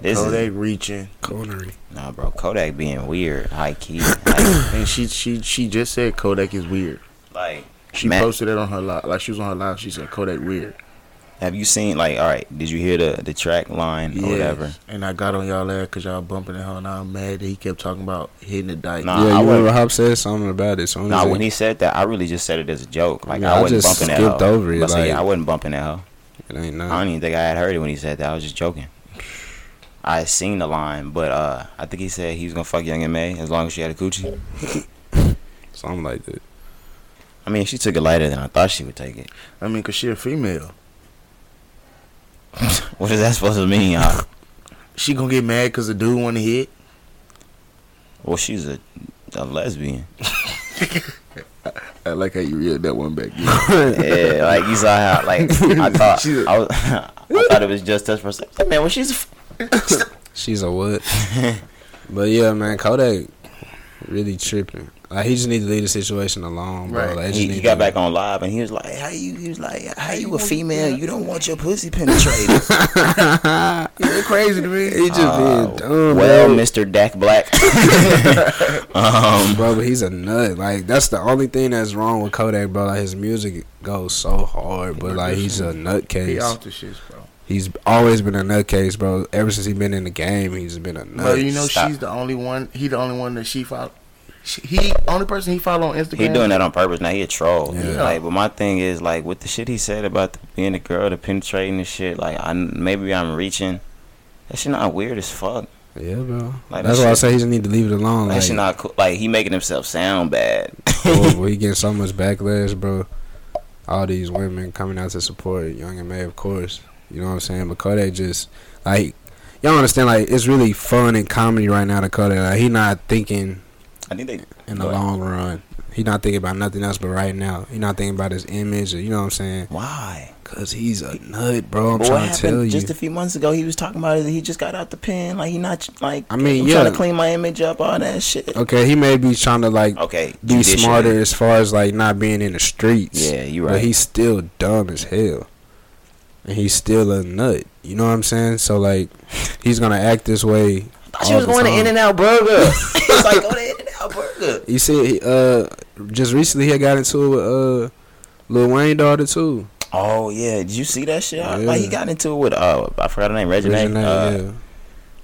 This
oh, they
is
reaching,
Culinary.
nah, bro. Kodak being weird, high key.
and she she she just said Kodak is weird.
like,
She
Matt-
posted it on her live. Like she was on her live. She said Kodak weird.
have you seen? Like, all right, did you hear the the track line or
Yes.
whatever?
And I got on y'all ass because y'all bumping at her, and I'm mad that he kept talking about hitting the dike.
Nah, Uh, I
yeah, you
wouldn't-
remember Hop said something about it. Soon
Nah,
as
when he said that, I really just said it as a joke. Like
Yeah,
I
I
wasn't
just
bumping that.
skipped
hoe.
over it,
But see,
like-
I wasn't bumping that. hoe.
it ain't
I
nothing.
don't even think I had heard it when he said that. I was just joking. I had seen the line, but uh, I think he said he was gonna fuck Young and May as long as she had a coochie.
Something like that.
I mean, she took it lighter than I thought she would take it.
I mean, cause she a female.
What is that supposed to mean? y'all?
She gonna get mad cause the dude want to hit.
well, she's a, a lesbian.
I like how you read that one back.
Yeah, like you saw how like I thought I, was, I thought it was just us for a second. Man, well, she's a f-
She's a what? but yeah, man, Kodak really tripping. Like he just need to leave the situation alone, bro.
Right.
Like, just
he,
need
he got
to-
back on live and he was like, "How you?" He was like, "How you a female? You don't want your pussy penetrated."
You're crazy to me. He just
Uh,
being dumb,
well,
bro.
Mr. Dak Black. um,
bro, but he's a nut. Like that's the only thing that's wrong with Kodak, bro. Like his music goes so hard, but like he's a
He
nutcase.
off the shits, bro.
He's always been a nutcase, bro. Ever since he been in the game, he's been a nut.
But you know,
stop.
she's the only one. He the only one that she follow. She, he only person he follow on Instagram.
he doing that on purpose. Now he a troll.
Yeah.
Like, but my thing is like with the shit he said about the, being a girl, the penetrating and shit. Like, I maybe I'm reaching. That shit not weird as fuck.
yeah, bro.
Like,
that's
that
why I
shit-
say he just need to leave it alone.
That
Like,
shit not cool. Like he making himself sound bad.
horrible. he getting so much backlash, bro. All these women coming out to support Young and May, of course. You know what I'm saying? But Kodak just like y'all understand. Like it's really fun and comedy right now to Kodak. Like he not thinking
I think they.
in the
Right.
long run. He not thinking about nothing else but right now. He not thinking about his image or you know what I'm saying.
Why?
Cause he's a nut, bro. I'm
But what
trying to tell
happened
you.
just a few months ago? He was talking about it. He just got out the pen. Like he not like.
I mean,
I'm
yeah.
Trying to clean my image up, all that shit.
okay, he may be trying to like
Okay.
be
judiciary.
smarter as far as like not being in the streets.
Yeah, you right.
But he's still dumb as hell. And he's still a nut. You know what I'm saying? So like he's gonna act this way.
thought she
all
was
the
going to
time.
In and Out Burger. He's like, go to In and Out Burger.
You see uh just recently he got into it with, uh Lil Wayne daughter too.
Oh yeah, did you see that shit?
Yeah.
Like he got into it with uh, I forgot her name, Reginae.
Reginae,
uh,
yeah.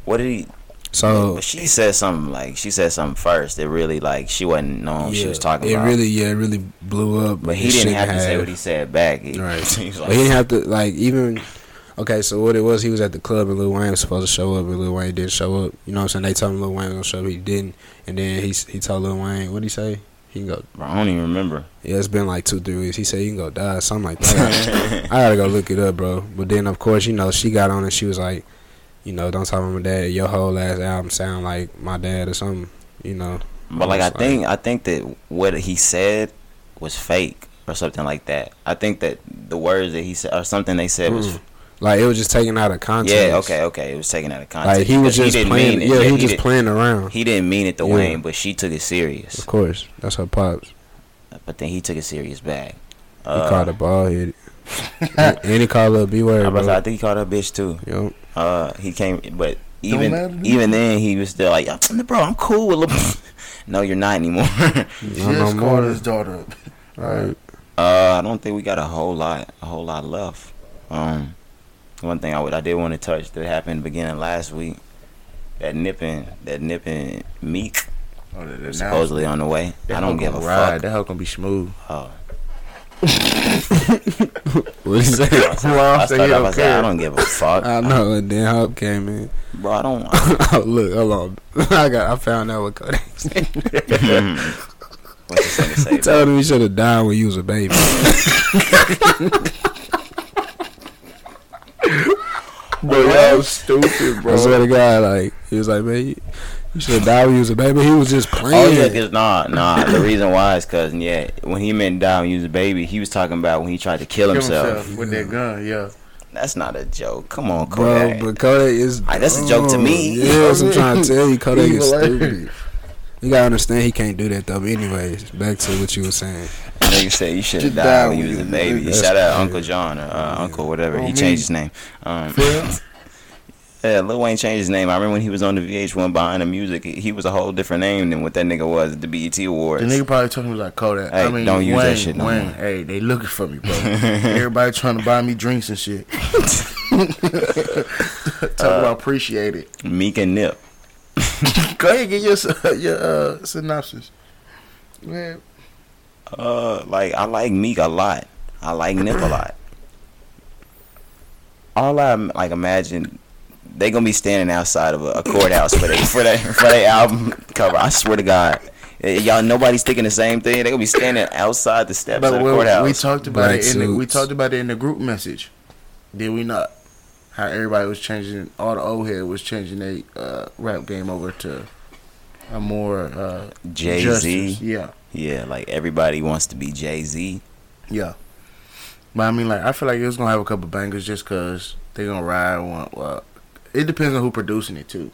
What did he?
So
But she said something like she said something first. It really like she wasn't knowing she was talking
it
about.
really yeah, it really blew up.
but he
It
didn't
shouldn't
have to say what he said back. He,
Right.
he was
But he
like,
didn't have to like even. Okay, so what it was, he was at the club and Lil Wayne was supposed to show up, and Lil Wayne didn't show up. You know what I'm saying? They told him Lil Wayne was gonna show up, he didn't, and then he s- he told Lil Wayne, what would he say? He can go.
I don't even remember.
Yeah, it's been like two three weeks. He said you can go die, something like that. I gotta go look it up, bro. But then of course you know she got on and she was like, you know, don't talk about my dad. Your whole last album sound like my dad or something. You know,
But like I
It's like-
think I think that what he said was fake or something like that. I think that the words that he said or something they said was
Mm. like it was just taken out of context.
yeah okay okay it was taken out of context.
Like he was
because
just
didn't
playing.
mean it.
Yeah, he was just
did-
playing around.
He didn't mean it the
Yeah.
Wayne, but she took it serious.
Of course, that's her pops.
But then he took it serious back.
He
Uh,
called a ball hit. and and he called
I,
up beware,
was,
bro.
I think he called her a bitch too.
Yo,
Uh, he came, but
matter to
even
me.
even then, he was still like, "Bro, I'm cool with." Lil-" no, you're not anymore. uh,
no, no
Just
more.
called his daughter up.
Right.
Uh, I don't think we got a whole lot, a whole lot left. Um, one thing I would, I did want to touch that happened beginning last week. That nipping, that nipping Meek
Oh, that- that-
supposedly on the way.
that
I don't
hoe
give a
gonna ride.
fuck.
That hoe gonna be smooth.
Oh.
What he say?
I started off, I said, I don't give a fuck.
Um,
I know. And then Hub came in.
Bro, I don't.
oh, look, hold on. I got. I found out what Kodak said.
What this nigga say?
He told him he should have died when you was a baby.
Bro, that was stupid,
I swear to God, like he was like, man, you, you should have died when you was a baby. He was just
Oh yeah,
playing.
cause nah, nah. The reason why is cause yeah, when he meant die when he was a baby, he was talking about when he tried to kill
Kill
himself.
himself with that gun, yeah.
That's not a joke. Come on,
Bro,
Kodak.
but Kodak is. Oh,
Like, that's a joke to me.
Yeah, that's what I'm trying to tell you. Kodak is
Evil ass.
stupid. You gotta understand he can't do that though. But anyways, back to what you were saying.
Nigga said you should have
Just
died
die
when
when
you was a
you-
baby.
that's
Shout out
crazy.
Uncle John or uh, Uncle whatever.
Oh,
he
me.
changed his name. Um, yeah, Lil Wayne changed his name. I remember when he was on the VH1 behind the music. He, he was a whole different name than what that nigga was at the BET
The
Awards.
nigga probably told him like Kodak.
Hey,
I mean,
don't use
Wayne,
that shit no
Wayne,
more.
hey, they looking for me, bro. Everybody trying to buy me drinks and shit. Talk
Uh,
about appreciate it.
Meek and Nip.
Go ahead, get your s- your uh, synopsis. Man,
Uh, like I like Meek a lot. I like Nip a lot. All I like imagine they gonna be standing outside of a, a courthouse for they for that for their album cover. I swear to God, Eh, y'all nobody's thinking the same thing. They gonna be standing outside the steps
but
of the
we,
courthouse.
we talked about
Black
it. In the, we
suits.
talked about it in the group message. Did we not? How everybody was changing. All the old head was changing their uh, rap game over to a more uh,
Jay
justice.
Z,
Yeah.
yeah, like everybody wants to be Jay Z.
Yeah. But I mean, like, I feel like it's gonna have a couple bangers just cause they gonna ride one. Well, it depends on who producing it too.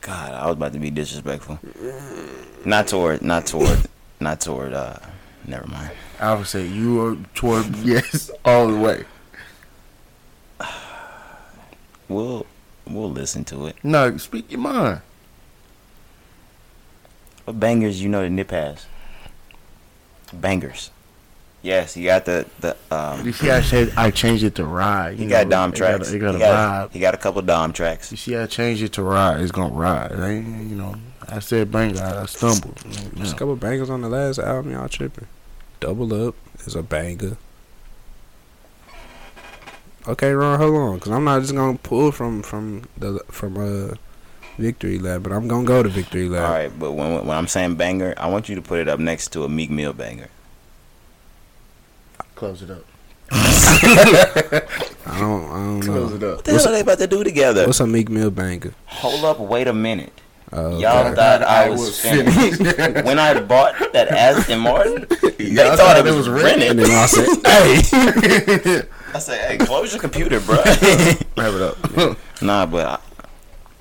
God, I was about to be disrespectful. Not toward, not toward, not toward. Uh, never mind.
I would say you are toward yes all the way.
We'll we'll listen to it.
No, speak your mind.
What bangers you know the Nip has? Bangers. Yes, you got the the um.
You see, I said I changed it to ride.
He
You
got
know,
Dom
it
tracks.
Got, a- it got
he,
a
got,
vibe.
he got a couple Dom tracks.
You see, I changed it to ride. It's gonna ride. I ain't, you know, I said banger. I stumbled. You
Just a
know.
couple bangers on the last album, y'all tripping. Double Up is a banger. Okay, Ron, hold on, cause I'm not just gonna pull from from the from uh Victory Lab, but I'm gonna go to Victory
All
Lab.
right, but when when I'm saying banger, I want you to put it up next to a Meek Mill banger.
Close it up.
I don't I don't
Close
know.
it up.
What the hell are they about to do together?
What's a Meek Mill banger?
Hold up, wait a minute.
Uh,
Y'all
but-
thought I was finished. when I bought that Aston Martin, they thought it was
and
rented.
then I said, "Hey,
I said, "Hey, close your computer, bro."
Wrap it up.
nah, but I,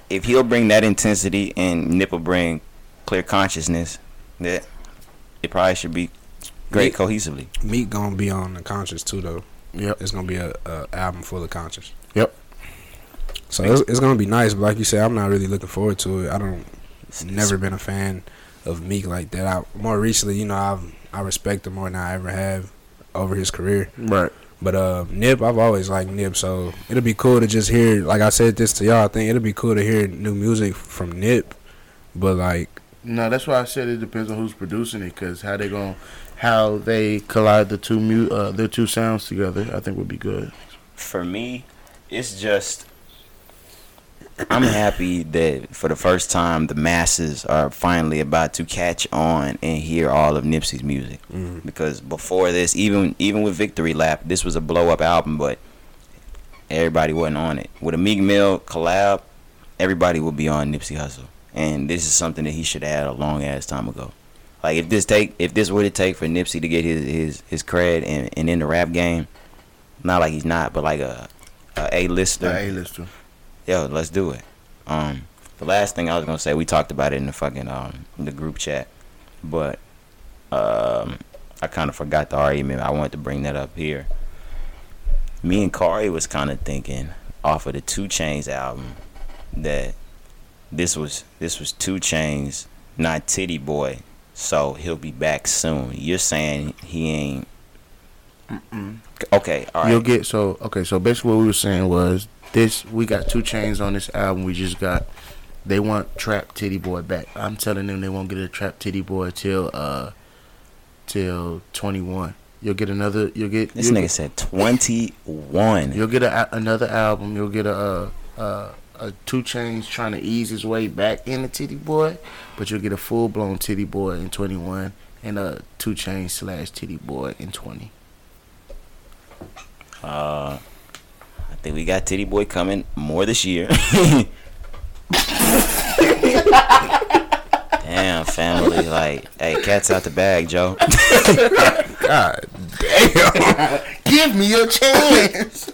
if he'll bring that intensity and Nip will bring clear consciousness, that it probably should be great cohesively.
Meek gonna be on the conscious too, though.
yep.
It's gonna be a, a album full of conscious.
Yep.
So it's, it's gonna be nice, but like you said, I'm not really looking forward to it. I don't
It's-
never been a fan of Meek like that. I more recently, you know, I've I respect him more than I ever have over his career.
Right.
But uh, Nip, I've always liked Nip, so it'll be cool to just hear. Like I said this to y'all, I think it'll be cool to hear new music from Nip. But like,
No, that's why I said it depends on who's producing it, because how they going how they collide the two mu- uh, their two sounds together, I think would be good.
for me, it's just I'm happy that for the first time the masses are finally about to catch on and hear all of Nipsey's music.
mm,
Because before this, even even with Victory Lap, this was a blow up album, but everybody wasn't on it. With a Meek Mill collab, everybody would be on Nipsey Hustle, and this is something that he should have had a long ass time ago. Like if this take if this would it take for Nipsey to get his his his cred and and in the rap game, not like he's not, but like a a lister.
The A lister.
Yo, let's do it. Um, the last thing I was gonna say, we talked about it in the fucking um the group chat, but um, I kind of forgot the argument. I wanted to bring that up here. Me and Kari was kind of thinking off of the Two Chains album that this was this was Two Chains, not Titty Boy. So he'll be back soon. You're saying he ain't. Okay, all
You'll
right.
get so okay. So basically, what we were saying was this: we got two chains on this album. We just got they want Trap Titty Boy back. I'm telling them they won't get a Trap Titty Boy till uh till 21. You'll get another. You'll get
This
you'll,
nigga said 21.
You'll get a, another album. You'll get a, a, a, a Two Chains trying to ease his way back into Titty Boy, but you'll get a full blown Titty Boy in 21 and a Two Chains slash Titty Boy in 20.
Uh, I think we got Titty Boy coming more this year. Damn, family. Like, hey, cat's out the bag, Joe.
God,
Give me a chance.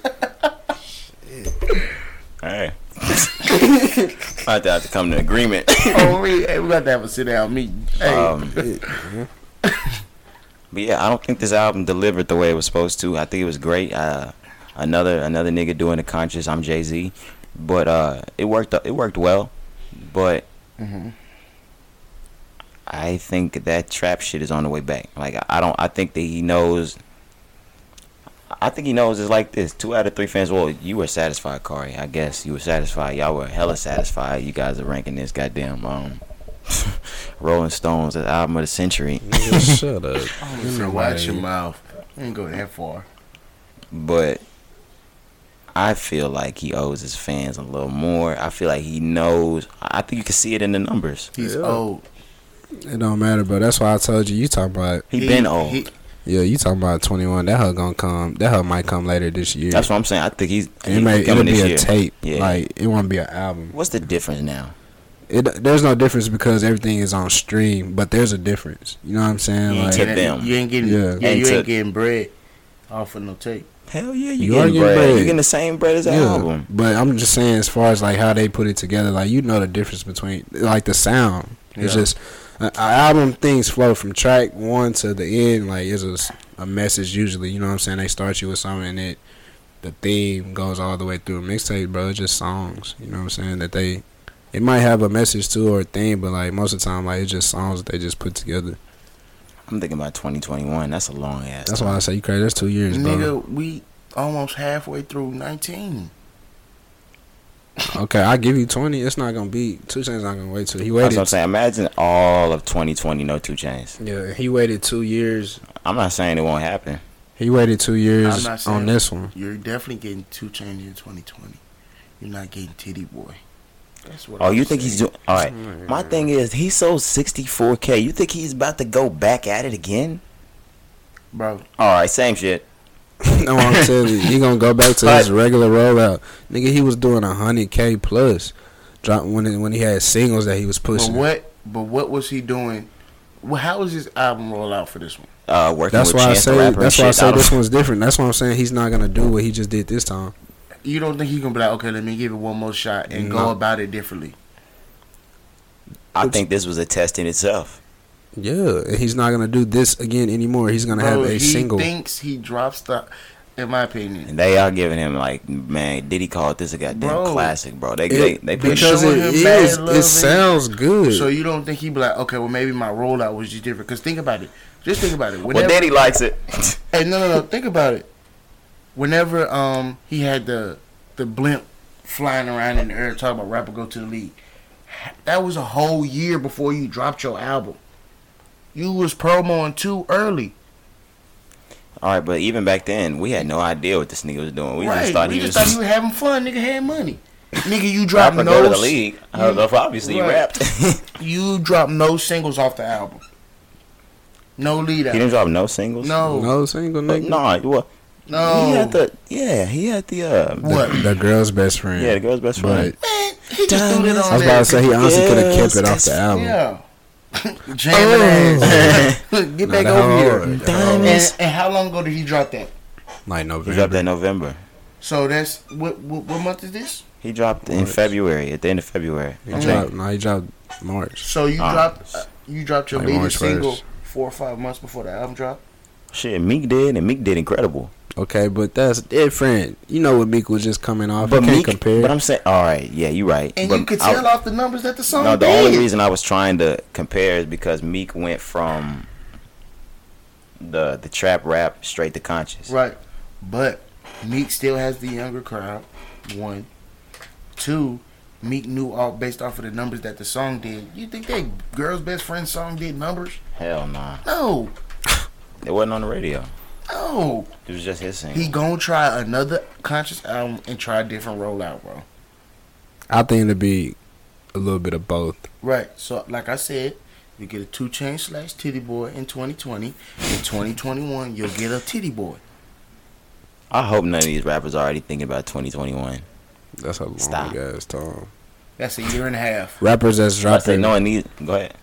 All right. I have to, have to come to an agreement.
oh, we, hey, we got to have a sit down meeting. Hey,
Um, but yeah, I don't think this album delivered the way it was supposed to. I think it was great. Uh, another another nigga doing the conscious. I'm Jay Z, but uh, it worked. It worked well, but
Mhm.
I think that trap shit is on the way back. Like I- I don't. I think that he knows. I think he knows it's like this. Two out of three fans. Well, you were satisfied, Corey. I guess you were satisfied. Y'all were hella satisfied. You guys are ranking this goddamn um, Rolling Stones as album of the century.
nigga, shut up. You know
watch
why.
your mouth. I ain't go that far.
but I feel like he owes his fans a little more. I feel like he knows. I I think you can see it in the numbers.
He's
Yeah.
old.
It don't matter, bro. That's why I told you. You talking about
He, been old.
he-
yeah. You talking about twenty one. That hug gonna come. That hug might come later this year.
That's what I'm saying. I think he's,
it
he's
may it'll
coming
be
this
a
year.
tape.
Yeah.
Like it won't be an album.
What's the difference now?
It there's no difference because everything is on stream. But there's a difference. You know what I'm saying?
You ain't
Like,
to them.
You ain't getting.
Yeah.
Yeah,
And
you
to-
ain't getting bread off of no tape.
Hell yeah, you,
You are
getting,
getting
bread.
bread.
You getting the same bread as the album.
But I'm just saying, as far as like how they put it together, like you know the difference between like the sound. It's
Yeah.
just an album things flow from track one to the end. Like it's a, s- a message usually. You know what I'm saying? They start you with something and it the theme goes all the way through. Mixtape, bro, it's just songs. You know what I'm saying? That they it might have a message too or a theme, but like most of the time, like it's just songs that they just put together.
I'm thinking about 2021. That's a long ass.
That's
time.
why I say you crazy. That's two years, bro.
Nigga, we almost halfway through 19.
Okay, I give you twenty. It's not gonna be two chains. Not gonna wait till he
That's what
waited.
I'm saying. Imagine all of 2020, no two chains.
Yeah, he waited two years
I'm not saying it won't happen.
He waited two
I'm
years
not saying-
on this one.
You're definitely getting two chains in 2020. You're not getting Titty Boy. That's what
Oh,
I'm
you think he's
saying.
doing? All right. My thing is, he sold 64k. You think he's about to go back at it again?
Bro,
All right, same shit.
no, I'm telling you, he gonna go back to his regular rollout. Nigga, he was doing hundred k plus. drop when he- when he had singles that he was
But
pushing.
what? But what was he doing? Well, how was his album roll out for this one?
Uh, working
That's
with
why I
Chance the
say
Rapper
that's
and
why I
shit.
say
don't-
this one's different. That's why I'm saying he's not gonna do what he just did this time.
You don't think he gonna be like, okay, let me give it one more shot and
No.
go about it differently?
I think this was a test in itself.
Yeah, and he's not gonna do this again anymore. He's gonna have
Bro,
a
he
single.
thinks he drops the. In my opinion,
And they are giving him like, man, Diddy called this a goddamn
Bro.
classic, bro. They
It-
they, they push
because
showing
it
him
is,
bad love
it
and-
sounds good.
so you don't think he be like, okay, well maybe my rollout was just different. Cause think about it, just think about it.
Well,
Whenever,
Diddy likes it.
hey, no, no, no, think about it. Whenever um he had the the blimp flying around in the air talking about rapper go to the league, that was a whole year before you dropped your album. You was promoing too early.
All right, but even back then, we had no idea what this nigga was doing. We
right.
just thought
we
he
just
was
thought you were having fun. Nigga had money. Nigga, you drop
rapper go to
no.
the league. Uh,
you-
obviously,
right.
he rapped. he
You drop no singles off the album. No lead
didn't
out.
drop no singles.
No, no.
no single
But
nigga.
nah, well, he had the yeah, he had the uh,
What?
The girl's best friend.
yeah, the girl's best friend.
But
Man, he just threw it
Diamonds.
I
on
was about
there.
to say he honestly could have kept
Girls
it off
best
the album.
Yeah. Jamming ass. Get
Oh. Nah,
back
that
over here.
hard. That
hard.
And, and how long ago did he drop that?
Like
He dropped
November.
that in November.
So that's what what, what month is this?
He dropped in
March.
February, at the end of February.
He
I think.
dropped. No, he dropped March.
So you
Ah.
dropped uh, you dropped your
Like
leading
March
single
first.
four or five months before the album dropped.
Shit, Meek did, and Meek did incredible.
Okay, but that's different. You know what Meek was just coming off.
But
you can't
Meek,
compare.
but I'm saying, all right, yeah, you're right.
And
But
you could
I-
tell off the numbers that the song
No, the
did.
only reason I was trying to compare is because Meek went from the the trap rap straight to conscious.
Right. But Meek still has the younger crowd. One. Two, Meek knew all based off of the numbers that the song did. You think that girl's best friend song did numbers?
Hell nah,
No.
it wasn't on the radio.
No.
It was just his
He
single.
gonna try another conscious album and try a different rollout, bro.
I think it'd be a little bit of both.
Right. So like I said, you get a two chain slash titty boy in twenty twenty. In twenty twenty one you'll get a titty boy.
I hope none of these rappers are already thinking about 2021.
That's a long
Stop.
ass time.
That's a year and a half.
Rappers that's
I say
dropping.
no
No,
one needs. Go ahead.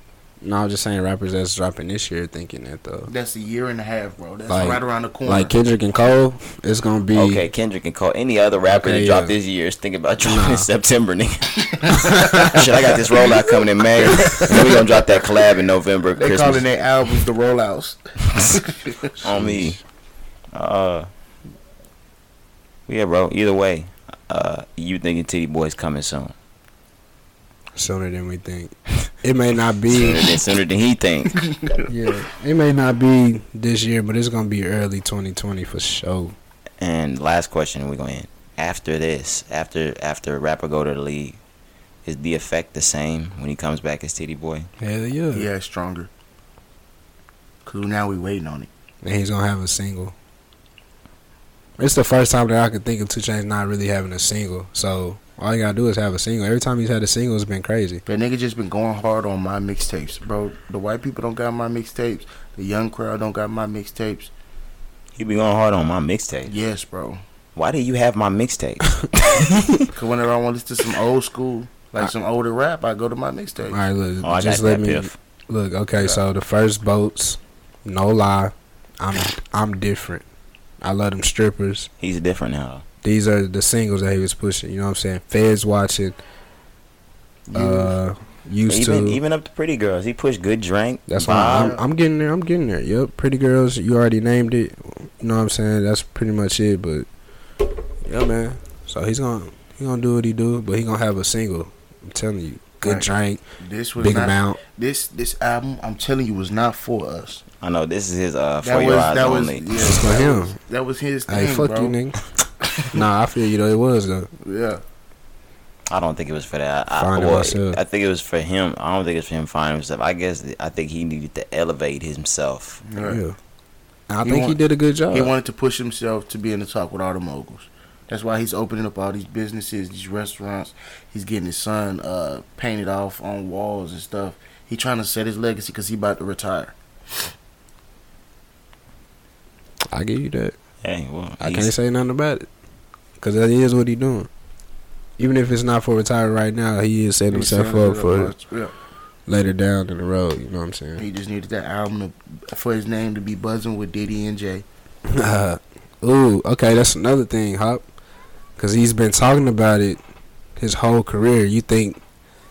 I'm just saying rappers that's dropping this year thinking that though.
That's a year and a half, bro. That's
Like-
right around the corner.
Like Kendrick and Cole, it's gonna be
Okay, Kendrick and Cole. Any other rapper
Okay,
that dropped
yeah.
this year is thinking about dropping in September, nigga. Shit, I got this rollout coming in May. we gonna drop that collab in November.
they
Christmas
calling their albums the rollouts.
on me. Uh, yeah, bro. Either way, uh, you thinking Titty Boy's coming soon?
sooner than we think. It may not
Sooner
be
than, sooner than he think.
yeah. It may not be this year, but it's gonna be early twenty twenty for sure.
And last question, we're gonna end. After this, after after a rapper go to the league, is the effect the same when he comes back as Titty Boy?
Hell yeah.
yeah, it's stronger. Cause now we waiting on it.
And he's gonna have a single. It's the first time that I could think of two chains not really having a single. So all you gotta do is have a single. Every time he's had a single it's been crazy.
That nigga just been going hard on my mixtapes, bro. The white people don't got my mixtapes. The young crowd don't got my mixtapes.
He be going hard on my mixtape.
Yes, bro.
Why do you have my mixtape?
Cause whenever I want to listen to some old school, like some older rap, I go to my mixtape.
All right, look,
Oh, I
just
got
let
that
me
piff.
look. Okay, so the first boats, no lie, I'm I'm different. I love them strippers.
He's different now.
These are the singles that he was pushing. You know what I'm saying? Feds watching. Uh, used
Even
to.
even up to pretty girls, he pushed good drink.
That's why
Bob.
I'm, I'm getting there. I'm getting there. Yep, pretty girls. You already named it. You know what I'm saying? That's pretty much it. But yeah, man. So he's gonna he gonna do what he do, but he gonna have a single. I'm telling you, good
Right.
drink,
This was
big
not
amount.
this this album. I'm telling you, was not for us.
I know this is his uh
That
for
was
your eyes
that was
only.
yeah,
It's for
that
him.
Was, that was his
Hey,
thing,
fuck
bro.
you, nigga. nah, I feel you though. It was though.
Yeah,
I don't think it was for that. I, I,
Finding
well,
myself.
I think it was for him. I don't think it's for him finding himself. I guess th- I think he needed to elevate himself.
Right.
Yeah. And I
He
think he
want-
did a good job.
He wanted to push himself to be in the talk with all the moguls. That's why he's opening up all these businesses, these restaurants. He's getting his son uh, painted off on walls and stuff. He trying to set his legacy because he about to retire.
I give you that.
Hey, well,
I
he's-
can't say nothing about it because that is what he doing. even if it's not for retire right now, he is setting himself up for it
Yeah.
later down in the road. You know what I'm saying?
He just needed that album to, for his name to be buzzing with Diddy and Jay.
Uh, ooh, okay, that's another thing, Hop, because he's been talking about it his whole career. You think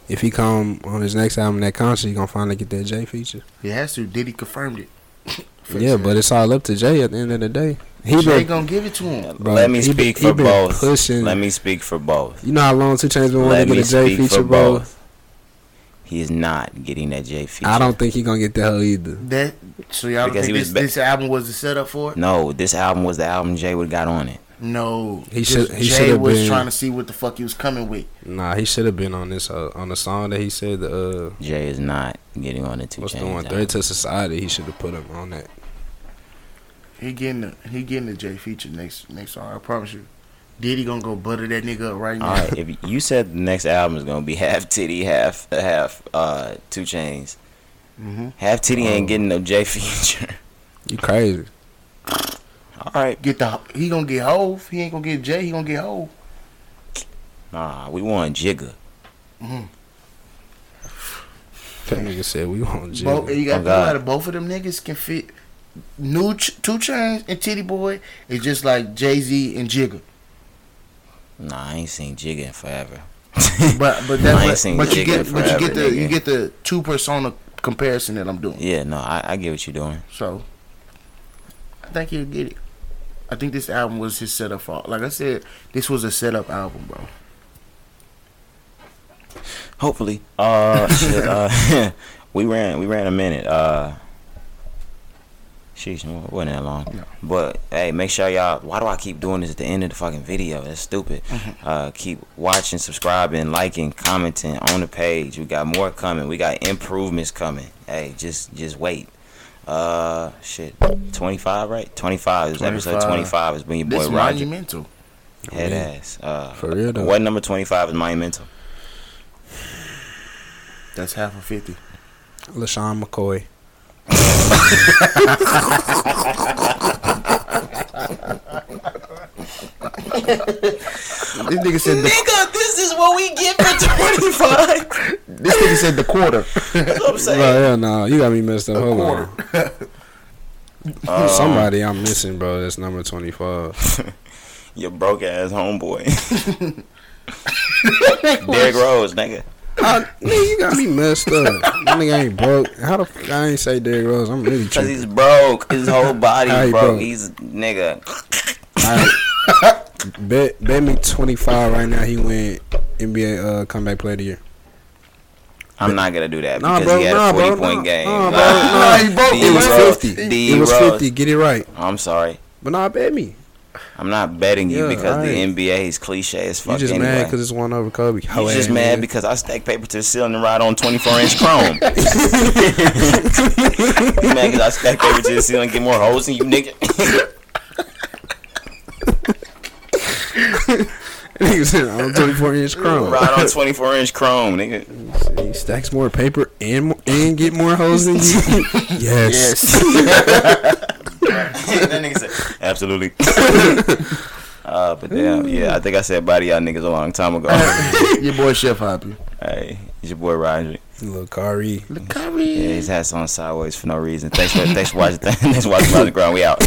if he come on his next album, that concert, he gonna finally get that Jay feature?
He has to. Diddy confirmed it.
Yeah, but it's all up to Jay at the end of the day. He
Jay
been,
gonna give it to him.
bro,
Let me
he been-
speak
he
for
been
both.
pushing-
Let me speak for both.
you know how long Two Chainz been wanting
Let
to
me
get a Jay
speak
feature,
for
bro.
both. He is not getting that Jay feature.
I don't think he gonna get that hoe either.
That so y'all don't
Because he
think
was
this,
ba-
this album was the setup for it?
No, this album was the album Jay would got on it.
No,
He
This-
should- he
Jay
should've
was
been-
trying to see what the fuck he was coming with.
Nah, he should have been on this uh, on the song that he said the uh,
Jay is not getting on the two
what's the
Chainz
one
album.
threat to society. He should have put him on that.
He getting the he getting the Jay feature next next song. I promise you. Diddy gonna go butter that nigga up right now.
All right, if you said the next album is gonna be half titty, half half uh two chains,
hmm
half titty ain't
Oh.
getting no Jay feature.
You crazy?
All right,
Get the he gonna get Hove. He ain't gonna get Jay. He gonna get Hove.
nah, we want Jigga.
That nigga said we want Jay.
Both, and you got
Oh,
to
God.
think about it. Both of them niggas can fit. New ch- two chains and Titty Boy is just like Jay Z and Jigga.
Nah, I ain't seen Jigga in forever.
But but
I ain't
that's
seen
what, but you
Jigga
get but you
forever,
get the you
nigga.
get the two persona comparison that I'm doing.
Yeah, no, I, I get what you're doing.
So I think he'll get it. I think this album was his setup for. Like I said, this was a setup album, bro.
Hopefully, uh, shit, uh, we ran we ran a minute. Uh, sheesh, it wasn't that long.
No.
But hey, make sure y'all. Why do I keep doing this at the end of the fucking video? That's stupid. Uh, keep watching, subscribing, liking, commenting on the page. We got more coming. We got improvements coming. Hey, just just wait. Uh, shit, twenty five, right? Twenty five. This is episode
25.
twenty five. It's been your
This
boy Roger
monumental.
head
Yeah.
ass. Uh,
For real though.
what number twenty five is monumental?
That's half of fifty.
LaShawn McCoy.
This nigga said the,
Nigga, this is what we get for 25.
this nigga said the quarter.
That's what I'm
Bro,
saying.
hell no, you got me messed up.
Oh,
Hold on.
Uh,
Somebody I'm missing, bro. That's number twenty five.
Your broke ass homeboy. Derrick Rose, nigga.
Nigga, you got me messed up. That nigga ain't broke. How the fuck I ain't say Derrick Rose? I'm really
Because
tripping.
he's broke. His whole body
How he
broke.
broke?
He's nigga.
Alright. bet bet me twenty five right now. He went NBA uh, comeback player of the year.
I'm not going to do that
Nah,
because
bro,
he had
nah,
a 40
bro,
point
nah,
game.
nah, bro,
Nah.
nah, he broke
D
it. It was
Rose,
50.
D
it was
Rose.
fifty. Get it right.
I'm sorry.
But nah, bet me.
I'm not betting you
Yeah,
because
alright.
the NBA is cliche as
You
fuck.
just
anyway.
mad because it's one over Kobe.
You just mad because I stack paper to the ceiling and ride on 24 inch chrome. you mad because I stack paper to the ceiling and get more hoes than you, nigga.
because I'm 24 inch chrome.
ride on 24 inch chrome, nigga.
He stacks more paper and mo- and get more hoes than you. yes.
that nigga said, absolutely. uh, but damn, yeah, I think I said bye to y'all niggas a long time ago.
Your boy Chef Hoppy.
hey, it's your boy Roger.
Little Kari.
Yeah, his hat's on sideways for no reason. Thanks for, thanks for watching. thanks for watching Roger Ground. We out.